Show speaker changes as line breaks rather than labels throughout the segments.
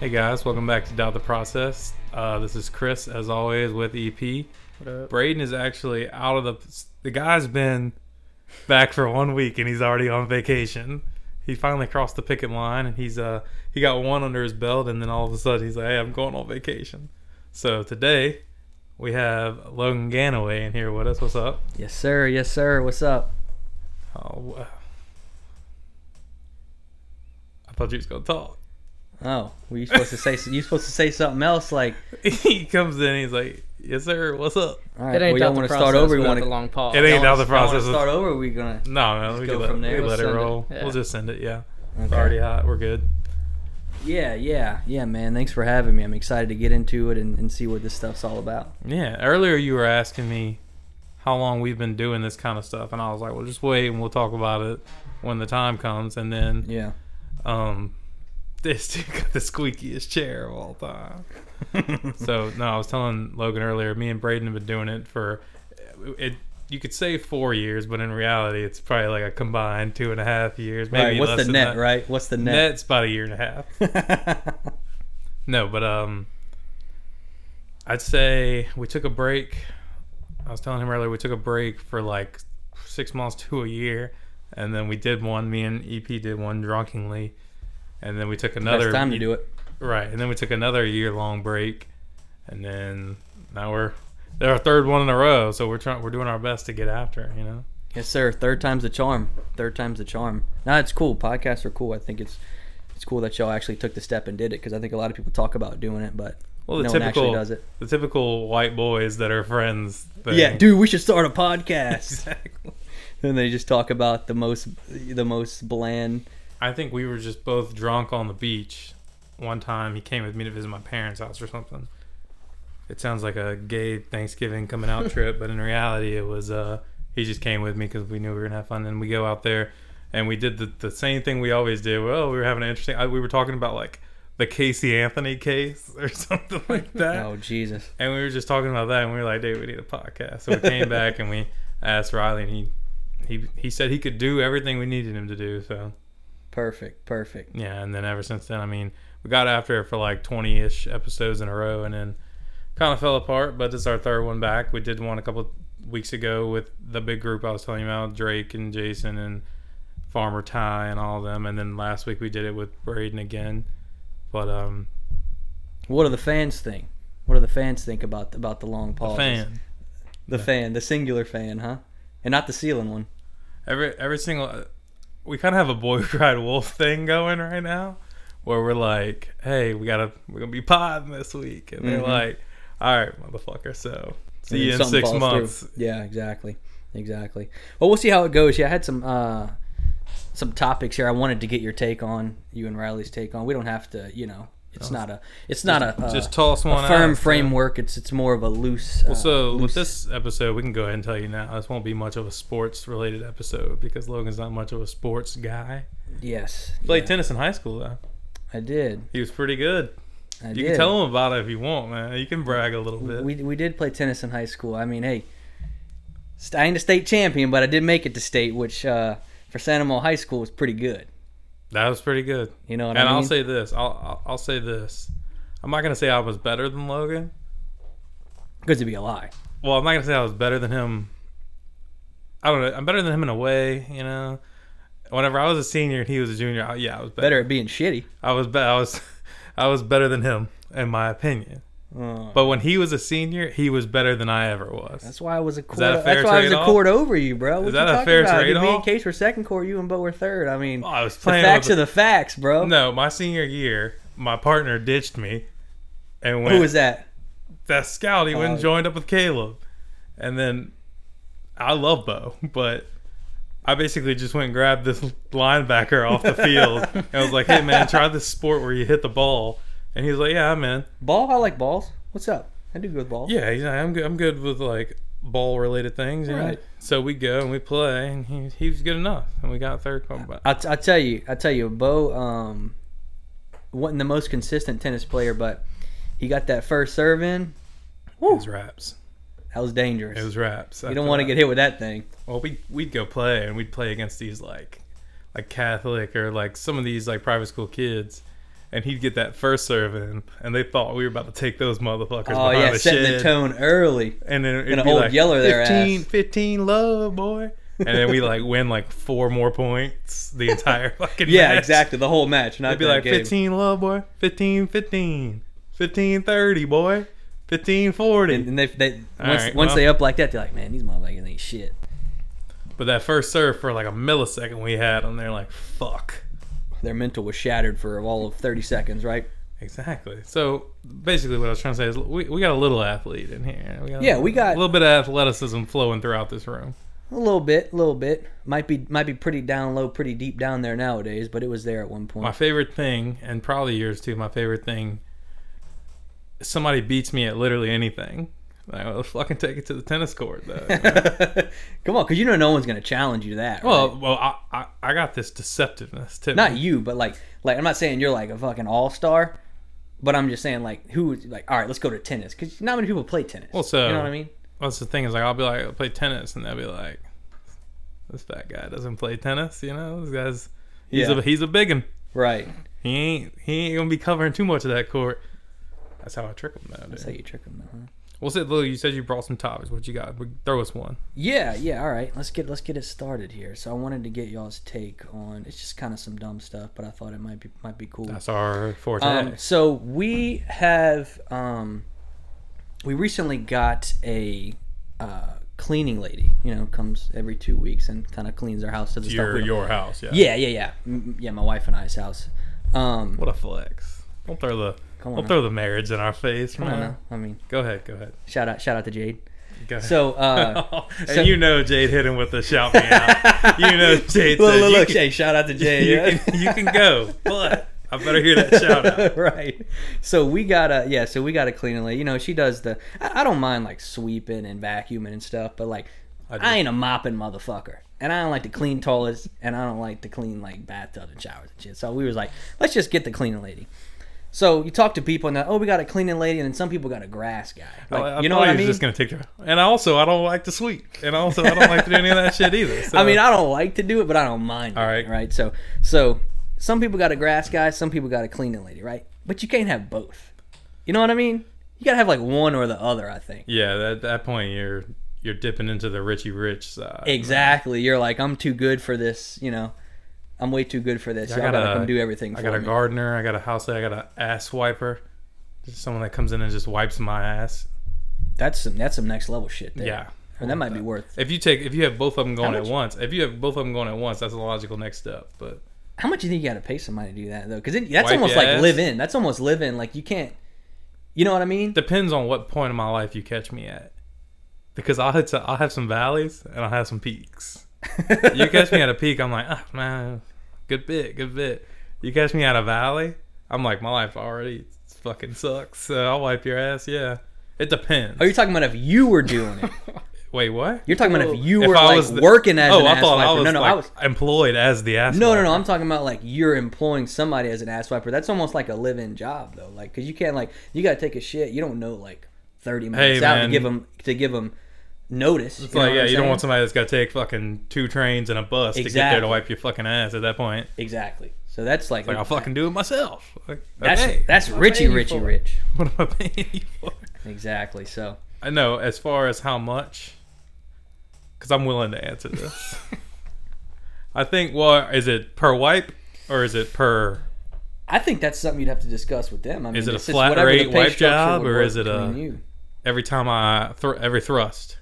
Hey guys, welcome back to Doubt the Process. Uh, this is Chris, as always, with EP. Braden is actually out of the. The guy's been back for one week and he's already on vacation. He finally crossed the picket line and he's uh he got one under his belt and then all of a sudden he's like, hey, I'm going on vacation. So today we have Logan Ganaway in here with us. What's up?
Yes, sir. Yes, sir. What's up?
Oh, wow. I thought you was gonna talk.
Oh, were you supposed to say you supposed to say something else? Like,
he comes in, he's like, "Yes, sir. What's up?"
all
It
right,
ain't
we don't
out
want
the
to start
process
over. We
without
want
the
to
long pause.
It ain't out the process.
start over. We're gonna.
No, no, we
go
can let,
from there.
we can let it
Send it.
roll.
Yeah.
We'll just send it. Yeah, it's
Okay.
already hot. We're good.
Yeah, yeah, yeah, man. Thanks for having me. I'm excited to get into it and, and see what this stuff's all about.
Yeah. Earlier, you were asking me how long we've been doing this kind of stuff, and I was like, "Well, just wait, and we'll talk about it when the time comes." And then,
Yeah.
um, this dude got the squeakiest chair of all time. so no, I was telling Logan earlier. Me and Braden have been doing it for it. You could say four years, but in reality, it's probably like a combined two and a half years. Maybe
right. What's
less
the
than
net?
that.
Right. What's the net?
Net's about a year and a half. No, but um, I'd say we took a break. I was telling him earlier we took a break for like six months to a year, and then we did one. Me and EP did one drunkenly, and then we took another
Best time to do it.
right, and then we took another year long break, and then now we're they're our third one in a row, so we're trying we're doing our best to get after it, you know.
Yes, sir. Third time's the charm. Third time's the charm. No, it's cool. Podcasts are cool. I think it's it's cool that y'all actually took the step and did it because I think a lot of people talk about doing it, but
Well, the
no
typical
one actually does it.
the typical white boys that are friends. Thing.
Yeah, dude, we should start a podcast.
Exactly.
and they just talk about the most the most bland
I think we were just both drunk on the beach. One time he came with me to visit my parents' house or something. It sounds like a gay Thanksgiving coming out trip, but in reality, it was uh he just came with me because we knew we were gonna have fun. And we go out there, and we did the, the same thing we always do. Well, we were having an interesting. I, we were talking about like the Casey Anthony case or something like that.
oh jesus
And we were just talking about that, and we were like, "Dude, we need a podcast." So we came back and we asked Riley, and he he he said he could do everything we needed him to do. So
perfect perfect
yeah, and then ever since then, I mean, we got after it for like 20 ish episodes in a row and then kind of fell apart, but it's our third one back. We did one a couple weeks ago with the big group I was telling you about Drake and Jason and Farmer Ty and all of them. And then last week we did it with Braden again. But, um,
what do the fans think what do the fans think about about the long pause
fan.
the fan the singular fan huh and not the ceiling one
every every single we kind of have a boy who cried wolf thing going right now where we're like hey we gotta we're gonna be podding this week and they're
Mhm.
like all right motherfucker so
And
see you
then
in
something
six
falls
months
through. yeah exactly exactly well we'll see how it goes yeah i had some uh some topics here i wanted to get your take on you and riley's take on we don't have to you know it's not a it's not a, uh,
Oh. just toss one
a firm
out, so-
framework it's it's more of a loose uh,
so
loose
with this episode we can go ahead and tell you now this won't be much of a sports related episode because logan's not much of a sports guy
yes
played
yeah,
tennis in high school though
i did
he was pretty good
I
you
did.
can tell him about it if you want man you can brag a little bit
we, we did play tennis in high school. I mean, hey, st- I ain't a state champion, but I did make it to state, which uh, for San Amol High School was pretty good.
that was pretty good
You know what
and
I mean?
I'll say this. I'll, I'll I'll say this. I'm not gonna say I was better than Logan.
good to be alive.
Well, I'm not gonna say I was better than him. I don't know. I'm better than him in a way, you know. Whenever I was a senior and he was a junior, I, yeah, I was better.
Better at being shitty.
I was be- I was I was better than him in my opinion.
Uh,
But when he was a senior, he he was better than I ever was.
that's why I was a court.
that a fair
that's why I was a
trade-off?
court over you, bro. What
Is
you
that a
talking
fair
about? Dude, Me
trade-off?
and Case were second court. You and Bo were third. I mean,
Oh, I was
the
playing.
facts
with-
are the facts, bro.
no, my senior year, my partner ditched me, and went,
Who was that?
that scout he went and
Oh.
joined up with Caleb. And then I love Bo, but I basically just went and grabbed this linebacker off the field and was like, Hey man, try this sport where you hit the ball and he was like, Yeah, I'm in.
Ball. I like balls. What's up? I do good with balls.
Yeah, he's like, I'm good I'm good with like ball related things, you know?
Right.
So we go and we play and he, he was good enough and we got third combat.
I, t- I tell you, I tell you, Bo um, wasn't the most consistent tennis player, but he got that first serve in.
It was raps.
That was dangerous.
It was raps.
you don't want to get hit with that thing.
Well, we we'd go play and we'd play against these like like Catholic or like some of these like private school kids, and he'd get that first serve in, and they thought we were about to take those motherfuckers.
Oh
behind
yeah,
the
setting
shed.
the tone early.
and then it'd
Gonna
be
old
like
yeller their ass.
15, 15 love, boy. And then we like win like four more points the entire fucking
Yeah,
match.
exactly. The whole match, not
It'd be
that
like
game.
15 love, boy. 15, 15. 15, 30, boy. 15, 40.
And, and they, they
All
once,
right,
once
well.
they up like that, they're like, man, these motherfuckers ain't shit.
but that first serve for like a millisecond we had, and they're like, fuck.
Their mental was shattered for all of 30 seconds, right?
Exactly. So basically, what I was trying to say is we, we got a little athlete in here. got a-
Yeah, we got-
a little bit of athleticism flowing throughout this room.
A little bit, a little bit. Might be might be pretty down low, pretty deep down there nowadays, but it was there at one point.
My favorite thing, and probably yours too, my favorite thing somebody beats me at literally anything. Like, well, fucking take it to the tennis court, though.
Come on, because you know no one's gonna challenge you to that. right?
well, well I, I, I got this deceptiveness, too.
not you, but like like I'm not saying you're like a fucking all star, but I'm just saying like who like all right, let's go to tennis because not many people play tennis.
Well, so-
you know what I mean?
That's the thing is, like, I'll be like, I'll play tennis, and they'll be like, this fat guy doesn't play tennis, you know? This guy's, he's,
Yeah.
a, he's a big one.
Right.
He ain't, he ain't gonna be covering too much of that court. That's how I trick them, though, dude.
That's how you trick them, though, huh?
What's it, Lou? You said you brought some topics. What you got? Throw us one.
Yeah, yeah. All right, let's get let's get it started here. So I wanted to get y'all's take on it's just kind of some dumb stuff, but I thought it might be might be cool.
That's our forte.
Um, so we have um, we recently got a uh, cleaning lady. You know, comes every two weeks and kind of cleans our house to the stuff.
your,
we don't-
your house, yeah.
Yeah, yeah, yeah, M- yeah. My wife and I's house. Um,
What a flex! Don't throw the
Come on
don't
now.
throw the marriage in our face,
I don't know.
man.
I mean,
Go ahead, go ahead,
shout out, shout out to Jade.
go ahead.
So, uh,
and
so-
you know Jade hit him with the shout me out. You know Jade
look,
said,
look,
you,
look,
can,
Jade, shout out to Jade.
you,
yeah.
can, you can go, but I better hear that shout out.
right. So we got to yeah. So we got to clean and lay. You know, she does the. I, I don't mind like sweeping and vacuuming and stuff, but like I,
do.
ain't a mopping motherfucker, and I don't like to clean toilets, and I don't like to clean like bathtubs and showers and shit. So we was like, let's just get the cleaning lady. So you talk to people and they're, oh, we got a cleaning lady, and then some people got a grass guy. Like,
Oh, I- I
you know
thought
what
he
I
was
mean?
Just gonna take your, and also I don't like to sweep, and also I don't like to do any of that shit either. So.
I mean, I don't like to do it, but I don't mind.
All
doing
right.
it, right. So, so some people got a grass guy, some people got a cleaning lady, right? But you can't have both. You know what I mean? You gotta have like one or the other. I think.
yeah, at that point you're you're dipping into the Richie Rich side.
Exactly. You're like, I'm too good for this. You know, I'm way too good for this.
I
Y'all gotta,
gotta-
come do everything.
I
for
got a
me.
gardener. I got a house. I got an ass wiper. Just someone that comes in and just wipes my ass.
That's some. That's some next level shit. There.
Yeah.
And that might be worth.
If you take, if you have both of them going at
much?
once, if you have both of them going at once, that's a logical next step. But
How much do you think you gotta pay somebody to do that though? Because that's
Wipe
almost
your
like
ass?
live in. That's almost live in. Like you can't. You know what I mean?
depends on what point in my life you catch me at, because I'll hit, I'll have some valleys and I'll have some peaks. You catch me at a peak, I'm like, ah man, good bit, good bit. You catch me at a valley, I'm like, my life already fucking sucks. So I'll wipe your ass. Yeah, it depends.
Are you talking about if you were doing it?
Wait, what?
You're talking about if you
If
were
I
like
was the- Oh,
working as an ass wiper.
I was
no, no, I
like,
was.
employed as the ass.
No, no, no.
wiper.
I'm talking about like you're employing somebody as an ass wiper. That's almost like a live-in job though, like because you can't like you gotta take a shit. You don't know like 30 minutes out
man.
to give them to give them notice.
It's like, yeah, you don't want somebody that's got to take fucking two trains and a bus to get there to
Exactly.
wipe your fucking ass at that point.
exactly. So that's like,
Like, I'll fucking do it myself. Like,
that's
okay,
that's
what am I
Richie
paying you
Richie
for?
Rich.
What am I paying you for?
Exactly. So
I know, as far as how much, because I'm willing to answer this. I think, well, is it per wipe or is it per.
I think that's something you'd have to discuss with them. I mean,
Is it a
it's just
flat
whatever the
rate
pay
wipe
structure
job,
would
or
work
is it a-
between You.
Every time I. Thr- every thrust.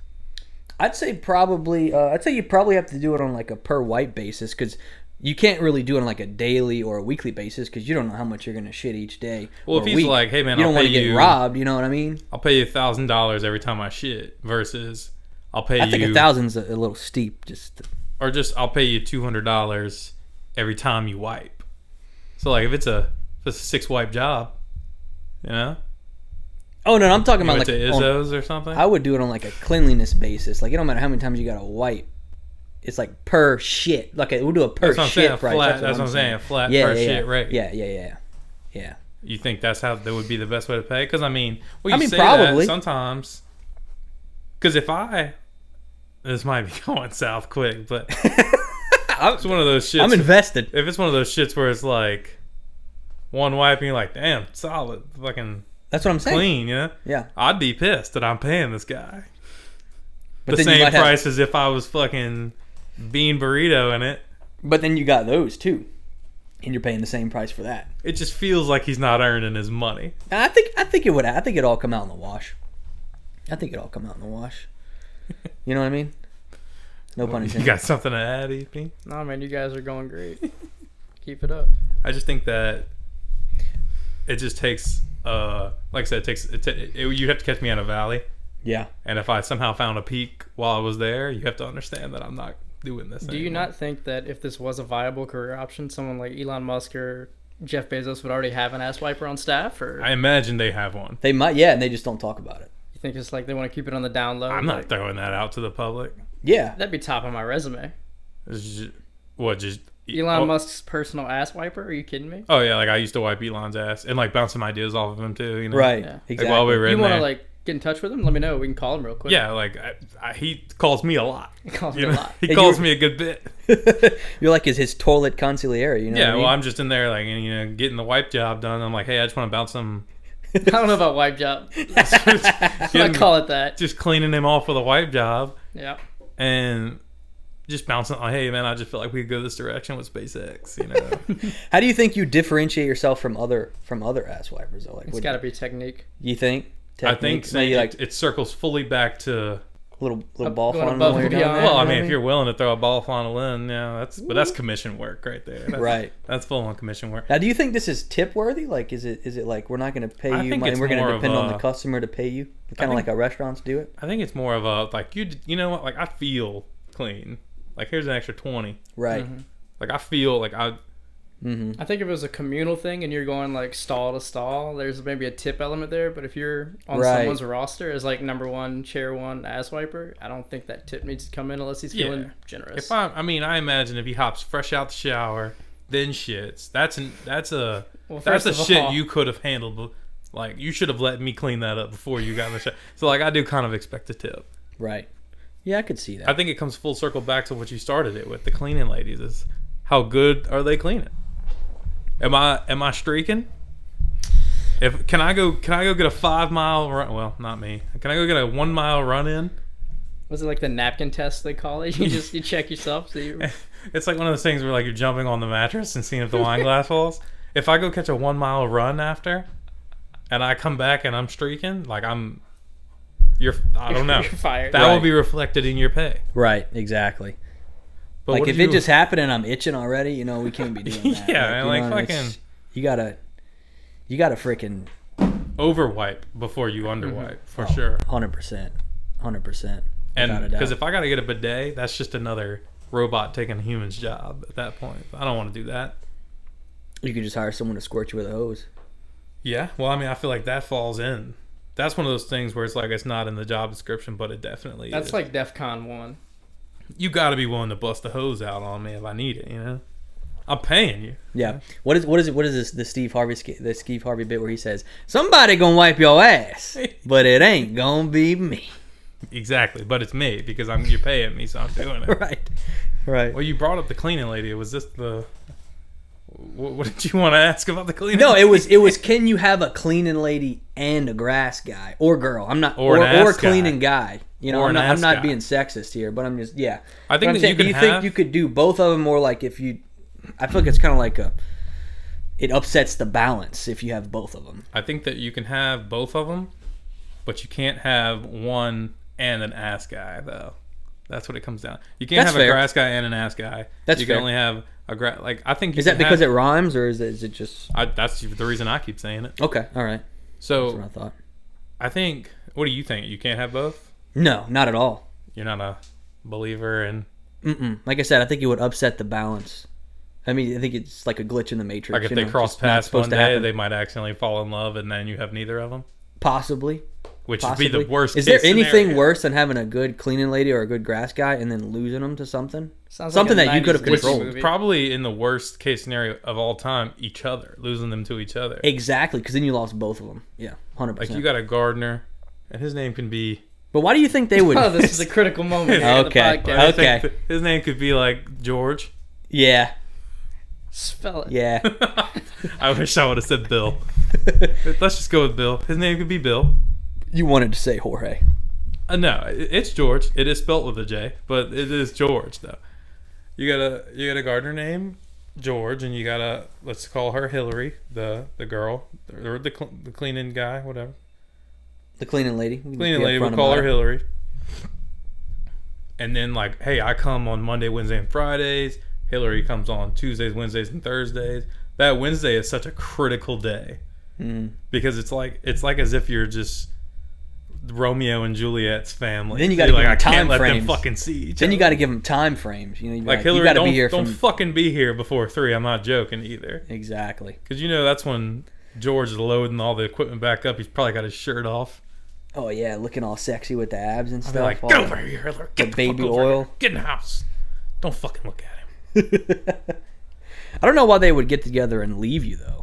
I'd say probably. Uh, I'd say you probably have to do it on like a per wipe basis because you can't really do it on like a daily or a weekly basis because you don't know how much you're gonna shit each day.
Well,
or
if he's
week.
like, hey, man,
you
I'll
don't wanna
pay
get
you-
robbed. You know what I mean?
I'll pay you $1,000 every time I shit versus I'll pay
I think
you.
a thousand's a, a little steep. Just to-
or just I'll pay you two hundred dollars every time you wipe. So like if it's a if it's a six wipe job, you know,
oh no, no, I'm talking
you
about
went to
like on-
Izzo's or something.
I would do it on like a cleanliness basis. Like it don't matter how many times you gotta wipe. It's like per shit. Like we'll do a per
that's what I'm
shit
saying. A
price.
flat. That's what I'm saying. A flat
Yeah,
per
yeah,
shit
yeah.
rate.
Yeah, yeah, yeah, yeah.
You think that's how that would be the best way to pay? Because I mean, well, you
I mean,
say that
probably.
sometimes. Because if I, this might be going south quick, but it's one of those shits.
I'm invested.
if it's one of those shits where it's like one wipe and you're like, damn, solid, fucking
That's what I'm saying.
clean, you know?
Yeah.
I'd be pissed that I'm paying this guy
But
the
then you
same
might have-
price as if I was fucking bean burrito in it.
But then you got those too, and you're paying the same price for that.
It just feels like he's not earning his money.
And I think I think it would. I think it all come out in the wash. I think it all come out in the wash. You know what I mean? No pun
You
intended.
got something to add, E EP?
Nah, man, you guys are going great. Keep it up.
I just think that it just takes, uh, like I said, it takes. It, ta- it, you'd have to catch me in a valley,
yeah.
and if I somehow found a peak while I was there, you have to understand that I'm not doing this.
Do you
anymore.
not think that if this was a viable career option, someone like Elon Musk or Jeff Bezos would already have an ass wiper on staff? Or
I imagine they have one.
They might. Yeah, and they just don't talk about it.
you think it's like they want to keep it on the down low?
I'm not
Like,
throwing that out to the public.
Yeah.
that'd be top of my resume.
It's just- what just
Elon
oh,
Musk's personal ass wiper? Are you kidding me?
Oh yeah, like I used to wipe Elon's ass and like bounce some ideas off of him too. You know,
Right.
Yeah.
Exactly.
Like while we were in
you want
there,
to like get in touch with him? Let me know. We can call him real quick.
yeah, like I, I, he calls me a lot.
He calls
You
me a
know,
lot.
he
Hey,
calls
you-
me a good bit.
You're like his his toilet consigliere. You know.
yeah,
What I mean?
well, I'm just in there, like, and, you know, getting the wipe job done. I'm like, hey, I just want to bounce some.
I don't know about wipe job. I
getting-
call it that.
just cleaning him off with a wipe job
Yeah.
and just bouncing. Like, hey, man, I just feel like we could go this direction with SpaceX. You know,
How do you think you differentiate yourself from other from other ass wipers? Though? Like,
It's
what-
got to be technique.
you think?
I think
Techniques? maybe
it-
like
it, circles fully back to.
little little
Up-
ball
going
fun
above
when
and
you're down
beyond.
there,
Well, I
you know
mean,
what
if you're willing to throw a ball on a lin, yeah, that's but that's commission work right there. That's,
Right.
that's full on commission work.
Now, do you think this is tip worthy? Like, is it is it like we're not going to pay
I
you
think
money?
it's
We're going
more
to
of
depend on
a-
the customer to pay you, kind of
think-
like our restaurants do it,
I think it's more of a like you you know what like I feel clean. Like here's an extra twenty.
right?
Like I feel like I
I think if it was a communal thing and you're going like stall to stall, there's maybe a tip element there. But if you're on
Right.
someone's roster as like number one, chair one, ass wiper, I don't think that tip needs to come in unless he's
Yeah.
feeling generous.
If I, I mean, I imagine if he hops fresh out the shower, then shits. That's an that's a
Well,
that's
first
a
of
shit
all-
you could have handled. but, Like you should have let me clean that up before you got in the shower. So like I do kind of expect a tip.
Right. Yeah, I could see
I
that.
think it comes full circle back to what you started it with. The cleaning ladies is how good are they cleaning? Am I am I streaking? If can I go can I go get a five mile run? Well, not me. Can I go get a one mile run in?
was it like the napkin test they call it? You just you check yourself. So you,
It's like one of those things where like you're jumping on the mattress and seeing if the wine glass falls. If I go catch a one mile run after, and I come back and I'm streaking, like I'm, you're I don't know.
You're fired.
That will
Right.
be reflected in your pay.
Right. Exactly.
But
like
what
if
do
it
you-
just happened and I'm itching already, you know, we can't be doing that.
Yeah, man,
you
like,
know, it's-
fucking-
You gotta, you gotta freaking
overwipe before you underwipe
Mm-hmm.
for sure.
hundred percent, hundred percent.
And
without a doubt.
because if I gotta get a bidet, that's just another robot taking a human's job at that point. I don't want to do that.
you could just hire someone to squirt you with a hose.
Yeah. Well, I mean, I feel like that falls in. That's one of those things where it's like it's not in the job description, but it definitely
that's
is.
like DEF CON one.
you got to be willing to bust the hose out on me if I need it. You know, I'm paying you.
Yeah. What is what is it? What is this? The Steve Harvey sk- the Steve Harvey bit where he says somebody gonna wipe your ass, but it ain't gonna be me.
Exactly, but it's me because I'm you're paying me, so I'm doing it.
Right. Right.
Well, you brought up the cleaning lady. Was this the? What, what did you want to ask about the cleaning?
No, it was it was can you have a cleaning lady and a grass guy or girl? I'm not
Or
or
an
or,
ass guy.
cleaning guy. You know,
Or
I'm
an
not, I'm
ass
not
guy.
being sexist here, but I'm just yeah.
I
But
think
I'm
that
saying,
you can
do you
have-
think you could do both of them more like if you I feel like it's kind of like a it upsets the balance if you have both of them.
I think that you can have both of them, but you can't have one and an ass guy though. That's what it comes down. You can't
That's
have
fair.
a grass guy and an ass guy.
That's
you can
fair.
only have a grass. Like I think you
Is that
can
because it
have,
rhymes or is it, is it just
I, that's the reason I keep saying it.
Okay, all right. That's what I
So
thought.
I think. What do you think? You can't have both.
No, not at all.
You're not a believer in
Mm-mm. Like I said, I think it would upset the balance. I mean, I think it's like a glitch in the matrix.
like if
you
they
know,
cross
just not
paths
supposed
one
to
day,
happen.
they might accidentally fall in love, and then you have neither of them,
possibly.
which
possibly.
would be the worst.
Is there
case
anything
scenario.
worse than having a good cleaning lady or a good grass guy and then losing them to something?
Sounds
Something
like a
that you could
90s
have
Disney
controlled.
movie.
Probably in the worst case scenario of all time, each other losing them to each other.
Exactly, because then you lost both of them. Yeah, hundred
Like you
percent.
got a gardener, and his name can be.
But why do you think they would?
Oh, this is a critical moment. here in the
Okay.
podcast.
I think
Okay.
th- his name could be like George.
yeah,
Spell it.
Yeah.
I wish I would have said Bill. Let's just go with Bill. His name could be Bill.
you wanted to say Jorge.
Uh, no, i- it's George. It is spelt with a J, but it is George though. You got a you got a gardener name, George, and you got a let's call her Hillary, the the girl or the cl- the cleaning guy, whatever.
The cleaning lady. We can just
Cleaning
be
lady, we'll
upfront
call
about
her
it.
Hillary. And then like, hey, I come on Monday, Wednesday, and Fridays. Hillary comes on Tuesdays, Wednesdays, and Thursdays. That Wednesday is such a critical day.
Mm.
because it's like it's like as if you're just Romeo and Juliet's family.
Then you gotta
You're
give
like,
them
I
time
can't let
frames.
them fucking see each
Then you
other."
got to give them time frames. You know, you're
like,
like, you
Hillary.
got to
don't
be here
don't
from
fucking be here before three. I'm not joking either,
exactly.
because you know that's when George is loading all the equipment back up. He's probably got his shirt off.
Oh yeah, looking all sexy with the abs and
I'll
stuff.
be like,
all
get
that.
over here, Hillary. Get the,
baby
fuck over
oil.
here. Get in the house. Don't fucking look at him.
I don't know why they would get together and leave you though.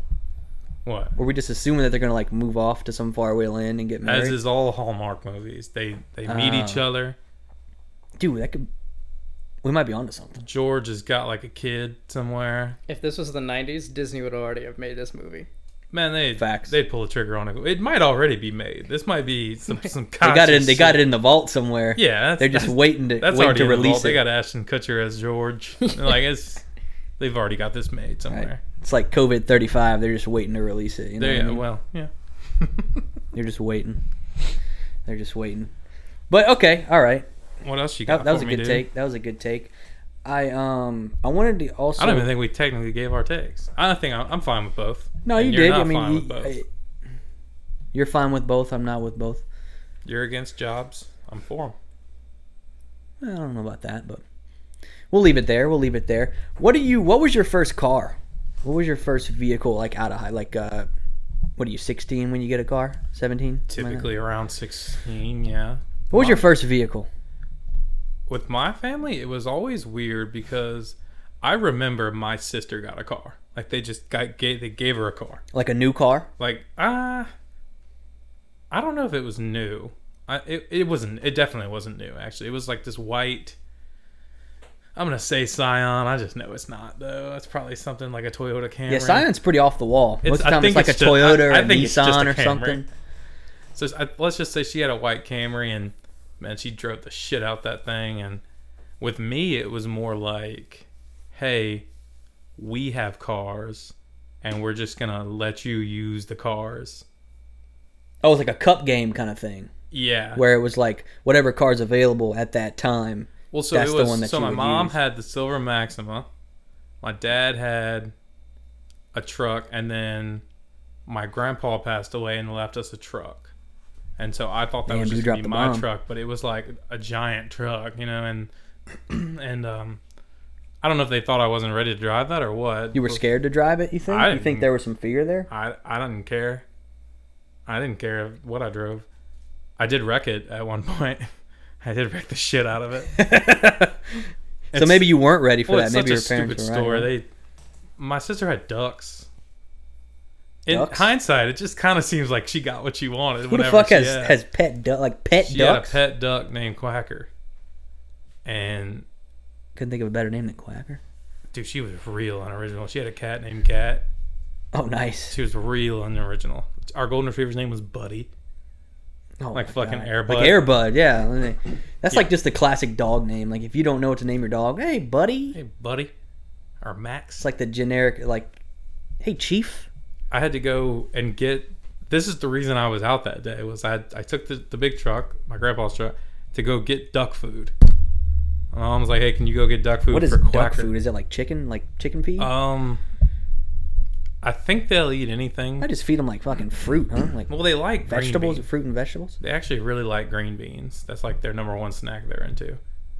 What?
Were we just assuming that they're gonna like move off to some faraway land and get married?
As is all Hallmark movies, they they meet each
Ah.
other.
Dude, that could. We might be onto something.
George has got like a kid somewhere.
If this was the 90s, Disney would already have made this movie.
Man, they
Facts.
They'd pull the trigger on it. It might already be made. This might be some some.
They got it. In, they got it in the vault somewhere.
Yeah, that's,
they're just
that's,
waiting to
that's
waiting
already
to
in the vault.
release
They
it.
got Ashton Kutcher as George. like it's, they've already got this made somewhere.
Right. It's like COVID thirty five. They're just waiting to release it. You know
There,
what I
yeah,
mean?
uh, well, yeah.
They're just waiting. They're just waiting. But okay, all right.
What else you got?
That, that was
for
a
me,
good
dude?
take. That was a good take. I um I wanted to also.
I don't even think we technically gave our takes. I don't think I'm, I'm fine with both.
No, you
And you're
did.
Not
I mean,
fine
you,
with both.
I- you're fine with both. I'm not with both.
you're against jobs. I'm for 'em.
I don't know about that, but we'll leave it there. We'll leave it there. What do you? What was your first car? What was your first vehicle? Like out of high? Like uh, what are you? 16 when you get a car? 17?
Typically around 16, yeah.
What was your first vehicle?
with my family, it was always weird because I remember my sister got a car. Like they just got gave they gave her a car.
Like a new car?
Like ah, I don't know if it was new. I it, it wasn't. It definitely wasn't new. Actually, it was like this white. I'm gonna say Scion. I just know it's not though. It's probably something like a Toyota Camry.
Yeah, Scion's pretty off the wall. Most
It's-
of the
I
time, it's
think
like
it's
a
ju-
Toyota
I-
or
I
a
think it's just a
Nissan or
Camry.
something.
So I, let's just say she had a white Camry, and man, she drove the shit out that thing. And with me, it was more like, hey, we have cars, and we're just gonna let you use the cars.
Oh, it was like a cup game kind of thing,
Yeah.
where it was like whatever car's available at that time.
well, so
that's
it
the
was.
one that
so
you
my
would
mom
use.
had the silver Maxima. My dad had a truck, and then my grandpa passed away and left us a truck. And so I thought that
Damn,
was
you
just
dropped
gonna be my
the bomb.
truck, but it was like a giant truck, you know. And and um, I don't know if they thought I wasn't ready to drive that or what.
You were
but
scared to drive it. You think?
I
you think
didn't-
there was some fear there?
I I didn't care. I didn't care what I drove. I did wreck it at one point. I did wreck the shit out of it.
so maybe you weren't ready for
well,
that.
it's
Maybe your
such a
parents
stupid
were right.
story. They, my sister had ducks. In
Ducks?
hindsight, it just kind of seems like she got what she wanted.
Who the
whatever
fuck
she
has,
had.
has pet duck like pet
she
ducks?
had a pet duck named Quacker, and
Couldn't think of a better name than Quacker.
dude, she was real and original. She had a cat named Cat.
Oh, nice.
She was real and original. Our golden retriever's name was Buddy.
Oh,
Like
my
fucking
God.
Air Bud.
Like Airbud, yeah. That's like just the classic dog name. Like if you don't know what to name your dog, hey buddy.
Hey, Buddy, or Max.
It's like the generic like, hey chief.
I had to go and get. This is the reason I was out that day. Was I? I took the, the big truck, my grandpa's truck, to go get duck food. My mom was like, "Hey, can you go get duck food
What is
for
duck
quacker?"
food? Is it like chicken? Like chicken feed?
Um, I think they'll eat anything.
I just feed them like fucking fruit, huh? Like
Well, they like Green
vegetables,
beans.
fruit and vegetables.
They actually really like green beans. That's like their number one snack they're into.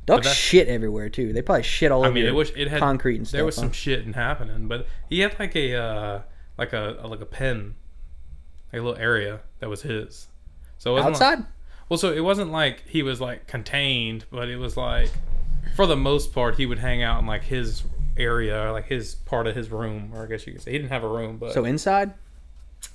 Ducks
that's-
shit everywhere too. They probably shit all
I
over
mean,
your
it was it had
concrete and stuff.
There was
huh?
some shitting happening, but he had like a uh, like a like a pen, like a little area that was his. So it wasn't like-
outside.
Well, so it wasn't like he was like contained, but it was like, for the most part, he would hang out in like his area, or, like his part of his room, or I guess you could say he didn't have a room, but
So inside,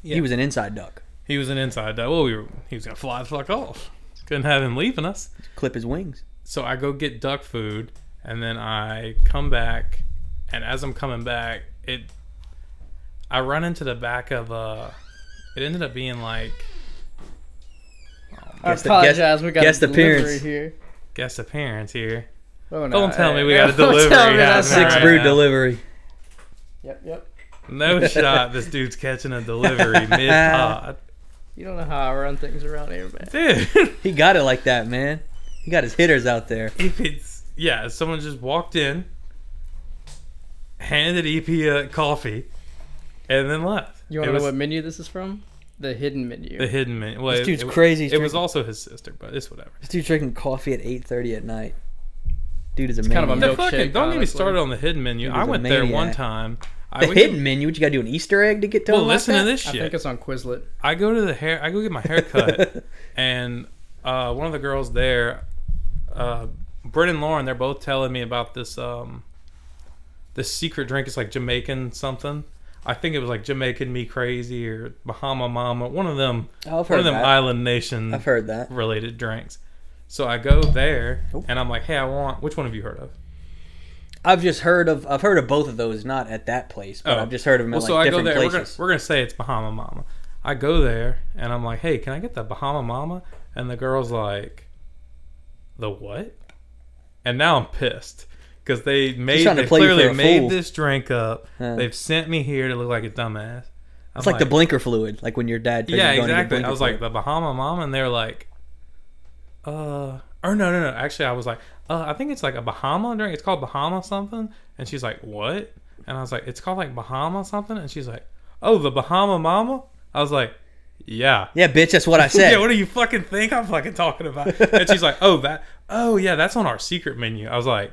Yeah.
he was an inside duck.
he was an inside dog. Well, we were, he was gonna fly the fuck off. Couldn't have him leaving us.
Clip his wings.
So I go get duck food, and then I come back, and as I'm coming back, it I run into the back of uh it ended up being like
I
Guest- guest-
apologize. we got
guest
a delivery
appearance.
here.
guest appearance here.
Oh, no,
Don't tell
hey,
me we got a
don't
delivery
tell
happening
me that's
right
Six
now.
brew delivery.
Yep, yep.
No shot this dude's catching a delivery mid pod.
You don't know how I run things around here, man.
Dude
He got it like that, man. He got his hitters out there.
if it's E yeah, someone just walked in, handed EP a coffee, and then left.
You
It
want to
was
know what menu this is from? The hidden menu.
the hidden man. Well,
This
it-
dude's
it,
crazy.
It
He's
was
drinking-
also his sister, but it's whatever.
This dude drinking coffee at 8:30 at night. Dude is a
kind of a
maniac.
milk-
The fucking
Milkshake,
don't get me
honestly.
started on the hidden menu.
Dude,
I
he's a
went there one
maniac.
time. I
The
went to-
hidden menu. What you got to do? An Easter egg to get to?
well,
unlock
listen to
that?
this
I
shit.
think it's on Quizlet.
I go to the hair. I go get my hair cut, and uh, one of the girls there, uh, Britt and Lauren, they're both telling me about this um, this secret drink. It's like Jamaican something. I think it was like Jamaican Me Crazy or Bahama Mama. One of them.
Oh, I've
One
heard
of them
that.
island nation
I've heard that.
related drinks. So I go there,
Oh.
and I'm like, hey, I want. Which one have you heard of?
I've just heard of. I've heard of both of those. Not at that place, but
Oh.
I've just heard of them
Well,
at
so
like
I go
different
there. We're gonna,
places.
we're gonna say it's Bahama Mama. I go there and I'm like, hey, can I get the Bahama Mama? And the girl's like, the what? And now I'm pissed because they made
trying to
they
play you for
clearly
a
made
fool.
this drink up.
Huh.
They've sent me here to look like a dumbass. I'm
it's like, the blinker fluid, like when your dad. told
yeah,
you to go in and get
exactly.
blinker
I was like
fluid.
the Bahama Mama, and they're like, uh, or no, no, no. Actually, I was like, uh, I think it's like a Bahama drink. It's called Bahama something, and she's like, what? And I was like, it's called like Bahama something, and she's like, oh, the Bahama Mama. I was like, yeah.
yeah, bitch. That's what I said.
Yeah, what do you fucking think I'm fucking talking about? And she's like, "Oh, that. Oh, yeah, that's on our secret menu." I was like,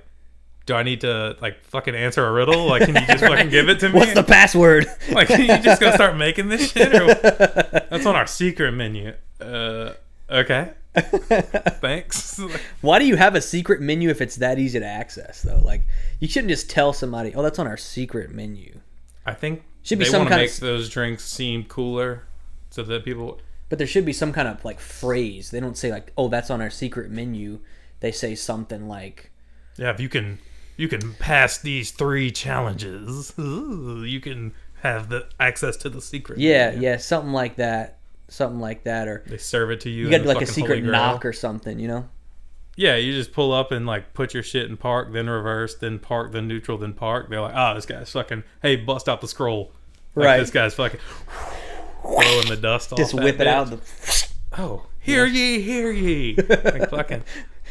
"Do I need to like fucking answer a riddle? Like, can you just fucking give it to me?"
What's the password?
Like, can you just go start making this shit? Or That's on our secret menu. Uh, okay. Thanks.
Why do you have a secret menu if it's that easy to access though? Like you shouldn't just tell somebody, "Oh, that's on our secret menu."
I think
Should be
they
some
want to
kind of
make
s-
those drinks seem cooler, so that people.
But there should be some kind of like phrase. They don't say like, "Oh, that's on our secret menu." They say something like,
Yeah, if you can, you can pass these three challenges. Ooh, you can have the access to the secret.
"Yeah,
menu.
yeah, something like that, something like that," or
They serve it to you.
you
in
got
the
like a
fucking Holy
secret
Grail.
knock or something, you know?
Yeah, you just pull up and like put your shit in park, then reverse, then park, then neutral, then park. They're like, oh, this guy's fucking. Hey, bust out the scroll. Like,
Right.
This guy's fucking throwing the dust off.
Just
that
whip
bitch.
it out the,
Oh, hear ye, hear ye. Like fucking.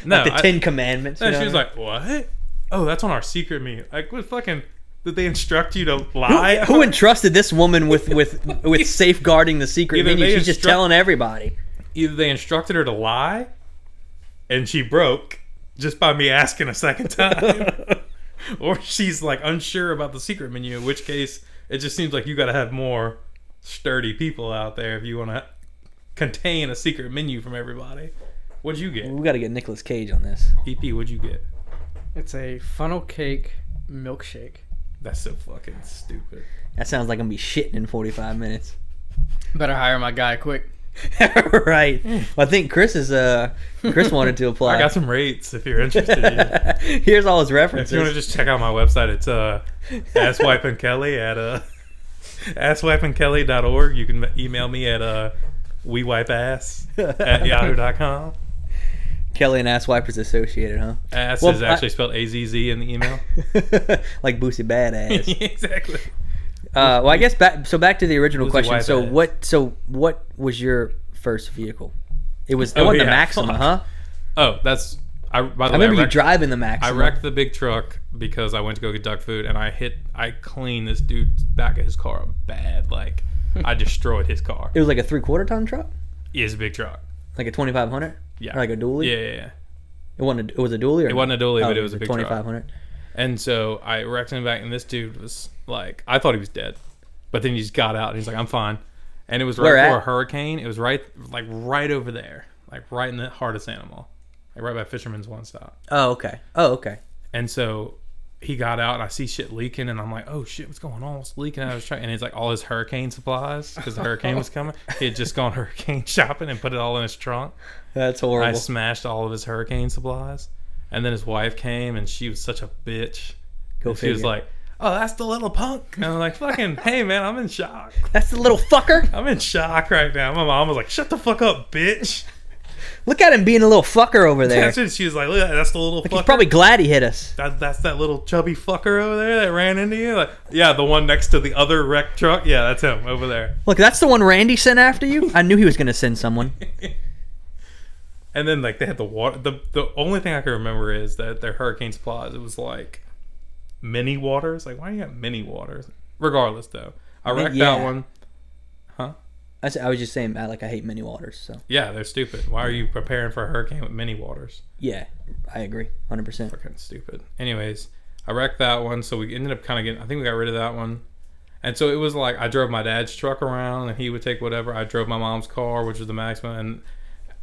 No,
like the
I-
Ten Commandments. you
and
know
she was
what I
like, what? Oh, that's on our secret meeting. Like, what fucking? Did they instruct you to
mean?
lie?
who, who entrusted this woman with with with safeguarding the secret
Either
menu?
they
She's just
instruct-
telling everybody.
Either they instructed her to lie, and she broke just by me asking a second time, or she's like unsure about the secret menu. In which case, it just seems like you got to have more sturdy people out there if you want to contain a secret menu from everybody. What'd you get?
We got to get Nicolas Cage on this.
EP, what'd you get?
It's a funnel cake milkshake.
That's so fucking stupid.
That sounds like I'm gonna be shitting in 45 minutes.
Better hire my guy quick.
right. Well, I think Chris is uh Chris wanted to apply.
Hmm. I got some rates if you're interested.
Here's all his
if you want to
references.
just check out my website, it's uh, Asswipe and Kelly at uh, asswipeandkelly.org. You can email me at uh, wewipeass at yahoo.com.
Kelly and Ass Wipers Associated, huh?
Ass
Well,
is
I-
actually spelled A Z Z in the email.
like Boosie Badass.
exactly.
uh, well, I guess back. So back to the original
Boosie
question.
White
So
Ass.
what? So what was your first vehicle? It was it
Oh,
wasn't
yeah.
the Maxima, huh?
Oh, that's. I, by the
I
way,
remember
I
you
wrecked,
driving the
I
Maxima.
wrecked the big truck because I went to go get duck food and I hit, I cleaned this dude's back of his car up bad. Like, I destroyed his car.
It was like a three quarter ton truck,
It's a big truck.
like a 2500.
Yeah.
Or like a dually.
Yeah, yeah, yeah.
It wasn't. A, it was a dually. Or Oh, it
wasn't a dually, but it was a big truck.
2500.
And so I wrecked him back, and this dude was like, I thought he was dead, but then he just got out, and he's like, I'm fine. And it was right
Where
before
at?
a hurricane. It was right, like right over there, like right in the heart of Santa Mall, like right by Fisherman's One Stop.
Oh okay. Oh okay.
And so he got out, and I see shit leaking, and I'm like, oh shit, what's going on? What's leaking out of his truck? And it's like all his hurricane supplies because the hurricane was coming. He had just gone hurricane shopping and put it all in his trunk.
That's
I
horrible.
smashed all of his hurricane supplies. And then his wife came and she was such a bitch.
Go
And she was
figure.
like, oh, that's the little punk. And I'm like, fucking, hey, man, I'm in shock.
That's the little fucker.
I'm in shock right now. My mom was like, shut the fuck up, bitch.
Look at him being a little fucker over there.
That's what she was like, look, at that, that's the little
He's
fucker.
probably glad he hit us.
that, that's that little chubby fucker over there that ran into you. Like, yeah, the one next to the other wreck truck. Yeah, that's him over there.
Look, that's the one Randy sent after you. I knew he was going to send someone.
And then like they had the water. The the only thing I can remember is that their hurricane supplies. It was like mini waters. Like why do you have mini waters? Regardless though, I wrecked
yeah.
that one.
I, s- I was just saying, I, like, I hate many waters. So,
Yeah, they're stupid. Why are you preparing for a hurricane with mini waters?
yeah, I agree. 100%.
Fucking stupid. Anyways, I wrecked that one, so we ended up kind of getting. I think we got rid of that one. And so it was like I drove my dad's truck around, and he would take whatever. I drove my mom's car, which was the maximum.